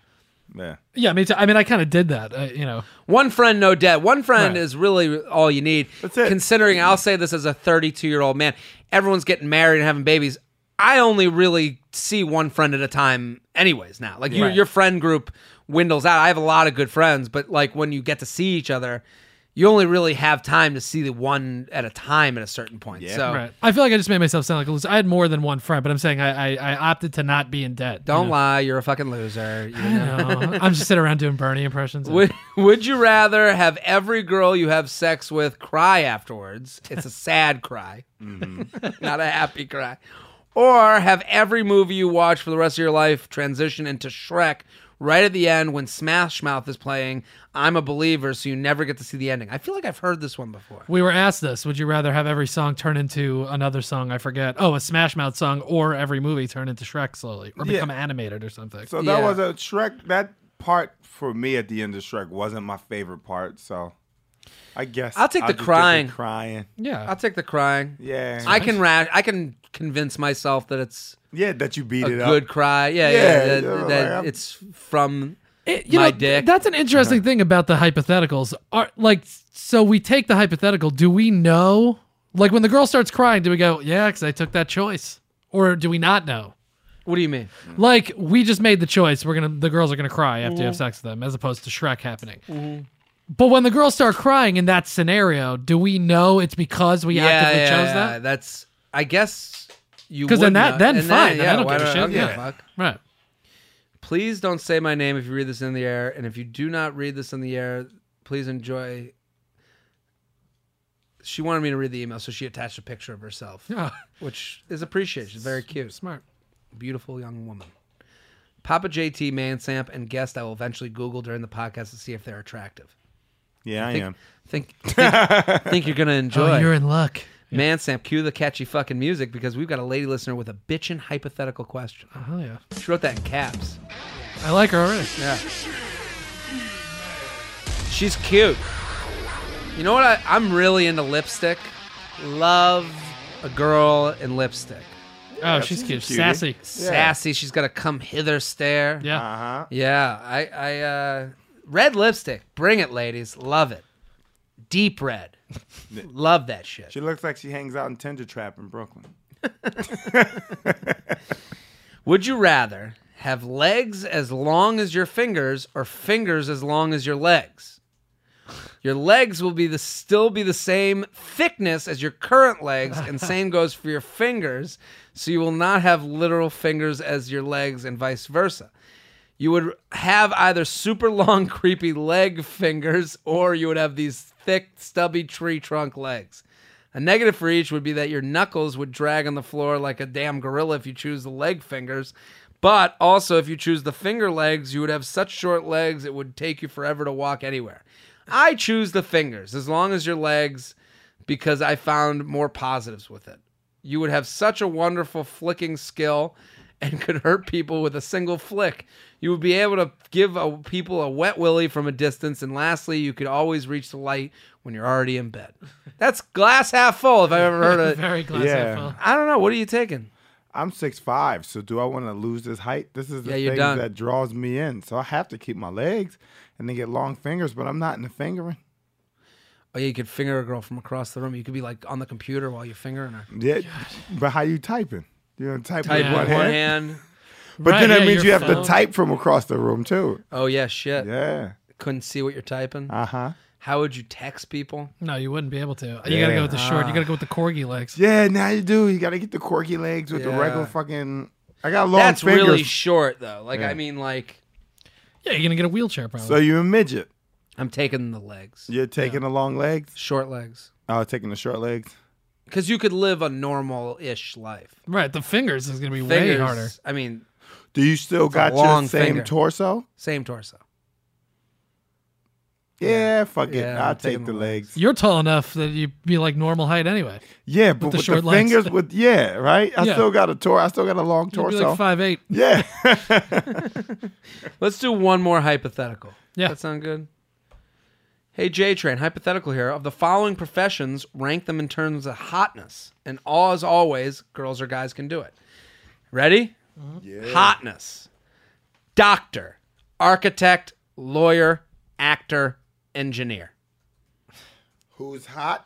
D: yeah.
C: Yeah, me too. I mean, I kind of did that. Uh, you know,
B: one friend, no debt. One friend
C: Right.
B: is really all you need.
D: That's it.
B: Considering, I'll say this as a thirty-two-year-old man, everyone's getting married and having babies. I only really see one friend at a time, anyways. Now, like your
C: Right.
B: your friend group dwindles out. I have a lot of good friends, but like when you get to see each other, you only really have time to see the one at a time at a certain point.
D: Yeah.
B: So
C: right. I feel like I just made myself sound like a loser. I had more than one friend, but I'm saying I I, I opted to not be in debt.
B: don't lie, you're a fucking loser. You know?
C: No, I'm just sitting around doing Bernie impressions.
B: Would, would you rather have every girl you have sex with cry afterwards? It's a sad cry,
D: Mm-hmm.
B: not a happy cry. Or have every movie you watch for the rest of your life transition into Shrek right at the end when Smash Mouth is playing I'm a Believer, so you never get to see the ending. I feel like I've heard this one before.
C: we were asked this: Would you rather have every song turn into another song? I forget. Oh, a Smash Mouth song, or every movie turn into Shrek slowly, or become animated or something.
D: So that
B: Yeah.
D: was a Shrek. That part for me at the end of Shrek wasn't my favorite part. So I guess
B: I'll take the
D: just
B: crying.
D: crying.
C: yeah,
B: I'll take the crying.
D: Yeah.
B: I can ra- I can convince myself that it's
D: yeah, that you beat
B: a
D: it
B: good
D: up.
B: cry. Yeah, yeah,
D: Yeah,
B: that-
D: yeah, like,
B: that
D: I'm-
B: it's from
C: It- you
B: my
C: know, th-
B: dick.
C: That's an interesting thing about the hypotheticals. Are like so we take the hypothetical. Do we know? Like when the girl starts crying, do we go, "Yeah, because I took that choice," or do we not know?
B: What do you mean?
C: Like we just made the choice. We're gonna the girls are gonna cry after you
D: Mm-hmm.
C: have sex with them, as opposed to Shrek happening. But when the girls start crying in that scenario, do we know it's because we actively chose that?
B: That's I guess you
C: 'Cause
B: would
C: then that-
B: know.
C: then
B: And
C: fine, then I don't
B: why
C: give a shit,
B: I don't
C: yeah.
B: give a fuck.
C: Right.
B: Please don't say my name if you read this in the air, and if you do not read this in the air, please enjoy. She wanted me to read the email, so she attached a picture of herself,
C: Yeah.
B: which is appreciated. She's very cute,
C: Smart.
B: beautiful young woman. Papa JT, Mansamp, and guest I will eventually Google during the podcast to see if they're attractive.
D: Yeah, I am.
B: Think, think, think you're gonna enjoy.
C: Oh, you're in luck.
B: Man, Sam, cue the catchy fucking music because we've got a lady listener with a bitchin' hypothetical question.
C: Oh yeah.
B: She wrote that in caps.
C: I like her already.
B: She's cute. You know what? I, I'm really into lipstick. Love a girl in lipstick.
C: Oh, she's cute.
D: cutie.
C: Sassy.
B: Sassy. She's got a come hither stare.
C: Yeah.
D: Uh huh.
B: Yeah. I, I, uh, red lipstick. Bring it, ladies. Love it. Deep red. Love that shit.
D: She looks like she hangs out in Tinder Trap in Brooklyn.
B: Would you rather have legs as long as your fingers or fingers as long as your legs? Your legs will be the still be the same thickness as your current legs, and same goes for your fingers. So you will not have literal fingers as your legs, and vice versa. You would have either super long, creepy leg fingers, or you would have these thick, stubby tree trunk legs. A negative for each would be that your knuckles would drag on the floor like a damn gorilla if you choose the leg fingers. But also, if you choose the finger legs, you would have such short legs it would take you forever to walk anywhere. I choose the fingers as long as your legs because I found more positives with it. You would have such a wonderful flicking skill and could hurt people with a single flick. You would be able to give a, people a wet willy from a distance. And lastly, you could always reach the light when you're already in bed. That's glass half full if I've ever heard
D: Uh-huh.
B: of it.
C: Very glass
D: Yeah.
C: half full.
B: I don't know. What are you taking?
D: I'm six five, so do I want to lose this height? This is the
B: Yeah, you're
D: thing
B: done.
D: that draws me in. So I have to keep my legs and they get long fingers, but I'm not in the fingering.
B: Oh, yeah, you could finger a girl from across the room. You could be like on the computer while you're fingering her.
D: Yeah, but how you typing? You're gonna type with
B: Yeah,
D: one hand,
B: hand.
D: but
C: Right,
D: then that
C: yeah,
D: means
C: your
D: you have
C: phone.
D: to type from across the room too.
B: Oh, yeah, shit.
D: Yeah.
B: Couldn't see what you're typing.
D: Uh huh.
B: How would you text people?
C: No, you wouldn't be able to. You gotta go with the short. you gotta go with the corgi legs.
D: Yeah. Now you do. You got to get the quirky legs with
B: Yeah.
D: the regular fucking. I got long
B: That's
D: fingers.
B: really short, though. Like, I mean, like,
C: Yeah, you're gonna get a wheelchair probably.
D: so you're a midget.
B: I'm taking the legs,
D: You're taking the long legs.
B: short legs,
D: Oh, taking the short legs.
B: because you could live a normal-ish life.
C: right, the fingers is gonna be way
B: Fingers,
C: harder.
B: I mean,
D: Do you still
B: a
D: got your
B: long
D: same
B: finger.
D: torso?
B: same torso.
D: Yeah, fuck it.
B: Yeah,
D: I'll
B: I'm taking
D: take
B: the
D: the legs.
C: You're tall enough that you'd be like normal height anyway.
D: Yeah, but with
C: the
D: the,
C: short legs.
D: fingers, with yeah, right. I
C: Yeah.
D: still got a tor. I still got a long
C: You'd be
D: torso.
C: like five eight.
D: yeah,
B: Let's do one more hypothetical.
C: Yeah.
B: that sound good. Hey J Train, hypothetical here. Of the following professions, rank them in terms of hotness. And all as always, girls or guys can do it. Ready? Hotness. Doctor, architect, lawyer, actor, engineer.
D: who's hot?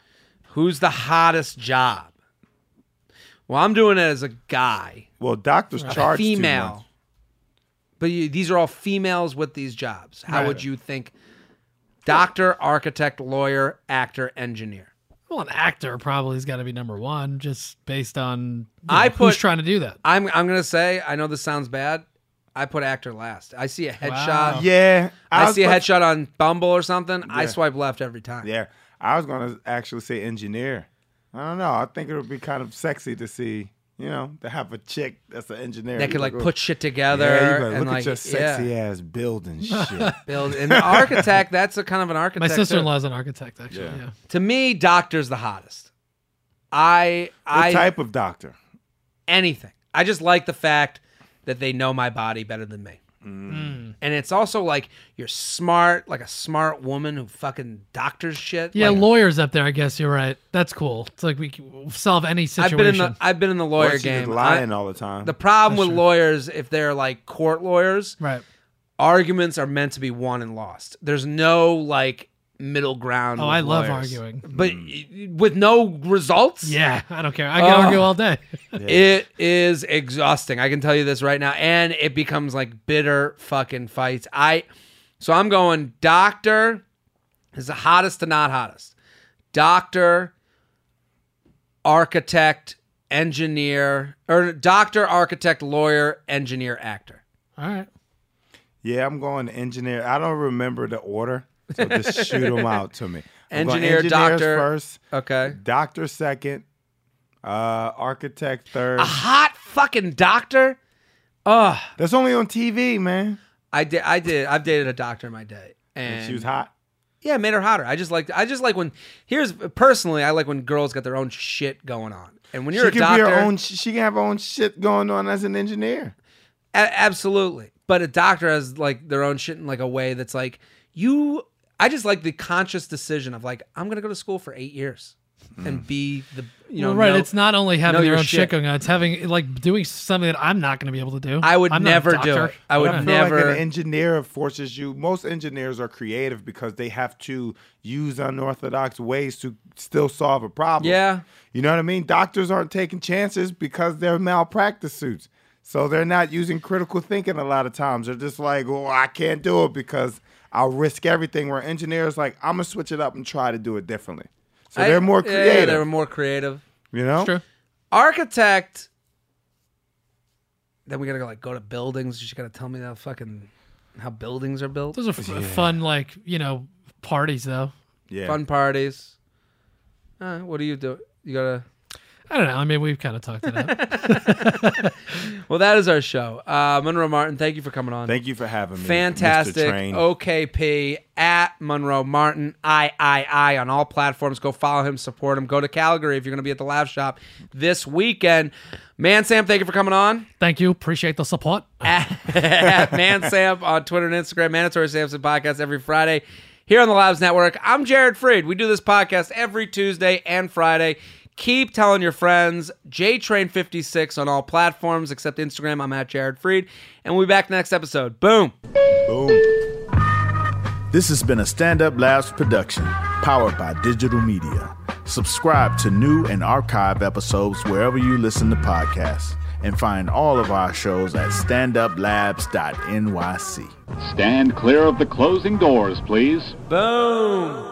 B: Who's the hottest job? Well, I'm doing it as a guy,
D: Well, doctors charge too much.
B: female. But you, these are all females with these jobs. How would you think? Doctor, architect, lawyer, actor, engineer.
C: Well, an actor probably has got to be number one, just based on you
B: I
C: know, who's
B: put-
C: trying to do that.
B: I'm I'm gonna say I know this sounds bad. I put actor last. I see a headshot.
C: Wow.
D: Yeah,
B: I,
D: was
B: see a
D: gonna-
B: headshot on Bumble or something. I swipe left every time.
D: Yeah, I was gonna actually say engineer. I don't know. I think it would be kind of sexy to see, you know, to have a chick that's an engineer
B: That
D: You
B: could like
D: go,
B: put shit together
D: Yeah, you go,
B: and
D: look
B: like
D: at your sexy
B: yeah,
D: ass building shit.
B: build. And the architect, that's a kind of an
C: My
B: architect. too.
C: sister in law is an architect, actually. Yeah.
D: Yeah.
B: To me, doctor's the hottest. I I
D: what type of doctor?
B: anything. I just like the fact that they know my body better than me.
D: Mm.
B: And it's also like you're smart, like a smart woman who fucking doctors shit.
C: Yeah,
B: Like,
C: lawyers up there. I guess you're right. That's cool. It's like we can solve any
B: I've
C: situation.
B: been in the I've been in the
D: Or
B: lawyer
D: she's
B: game.
D: lying
B: I-
D: all the time.
B: the problem with lawyers, if they're like court lawyers,
C: right.
B: arguments are meant to be won and lost. There's no like middle ground.
C: Oh,
B: with
C: I love
B: lawyers.
C: arguing.
B: but
D: Mm.
B: y- with no results.
C: Yeah, I don't care. I
B: Oh.
C: can argue all day.
B: It is exhausting. I can tell you this right now. And it becomes like bitter fucking fights. I so I'm going doctor is the hottest to not hottest. Doctor, architect, engineer, or doctor, architect, lawyer, engineer, actor.
C: All right.
D: yeah, I'm going engineer. I don't remember the order, so just shoot them out to me. I'm going
B: Engineer,
D: engineers
B: doctor.
D: first,
B: Okay.
D: doctor second, uh, architect third.
B: A hot fucking doctor? Ugh.
D: That's only on TV, man.
B: I did I did I've dated a doctor in my day. And,
D: And she was hot.
B: Yeah, it made her hotter. I just like I just like when here's personally I like when girls got their own shit going on. And when you're
D: she
B: a
D: can
B: doctor,
D: be her own. sh- She can have her own shit going on as an engineer.
B: a- absolutely. But a doctor has like their own shit in like a way that's like you. I just like the conscious decision of like I'm gonna go to school for eight years
D: Hmm.
B: and be the you know
C: Well, right.
B: know-
C: it's not only having
B: know
C: your
B: your
C: own shit
B: shit.
C: going on; it's having like doing something that I'm not going to be able to do.
B: I would
C: I'm not a
B: never do
C: doctor.
B: it. I would
C: Yeah.
D: I feel like
B: Never-
D: an engineer forces you. Most engineers are creative because they have to use unorthodox ways to still solve a problem.
B: Yeah.
D: you know what I mean. Doctors aren't taking chances because they're malpractice suits, so they're not using critical thinking a lot of times. They're just like, "Oh, I can't do it because I'll risk everything." Where engineers like, "I'm gonna switch it up and try to do it differently." So
B: I-
D: they're more
B: yeah,
D: creative.
B: they're more creative.
D: you know,
C: True.
B: Architect. Then we gotta go like go to buildings. You just gotta tell me that fucking how buildings are built.
C: Those are f- fun, like you know, parties though.
D: Yeah.
B: Fun parties. Uh, what do you do? You gotta.
C: I don't know. I mean, we've kind of talked it up.
B: Well, that is our show. Uh, Monroe Martin, thank you for coming on.
D: Thank you for having me. Mr.
B: Fantastic. Oh,
D: Train.
B: OKP at Monroe Martin. I, I, I on all platforms. Go follow him, support him. Go to Calgary if you're going to be at the live shop this weekend. Man Sam, thank you for coming on.
C: Thank you. Appreciate the support.
B: at Man Sam on Twitter and Instagram. Mandatory Samson podcast every Friday here on the Labs Network. I'm Jared Freed. We do this podcast every Tuesday and Friday. Keep telling your friends. JTrain56 on all platforms except Instagram. I'm at Jared Freed. And we'll be back next episode. Boom.
E: This has been a Stand Up Labs production, powered by digital media. Subscribe to new and archive episodes wherever you listen to podcasts, and find all of our shows at standuplabs.nyc.
F: Stand clear of the closing doors, please.
B: Boom.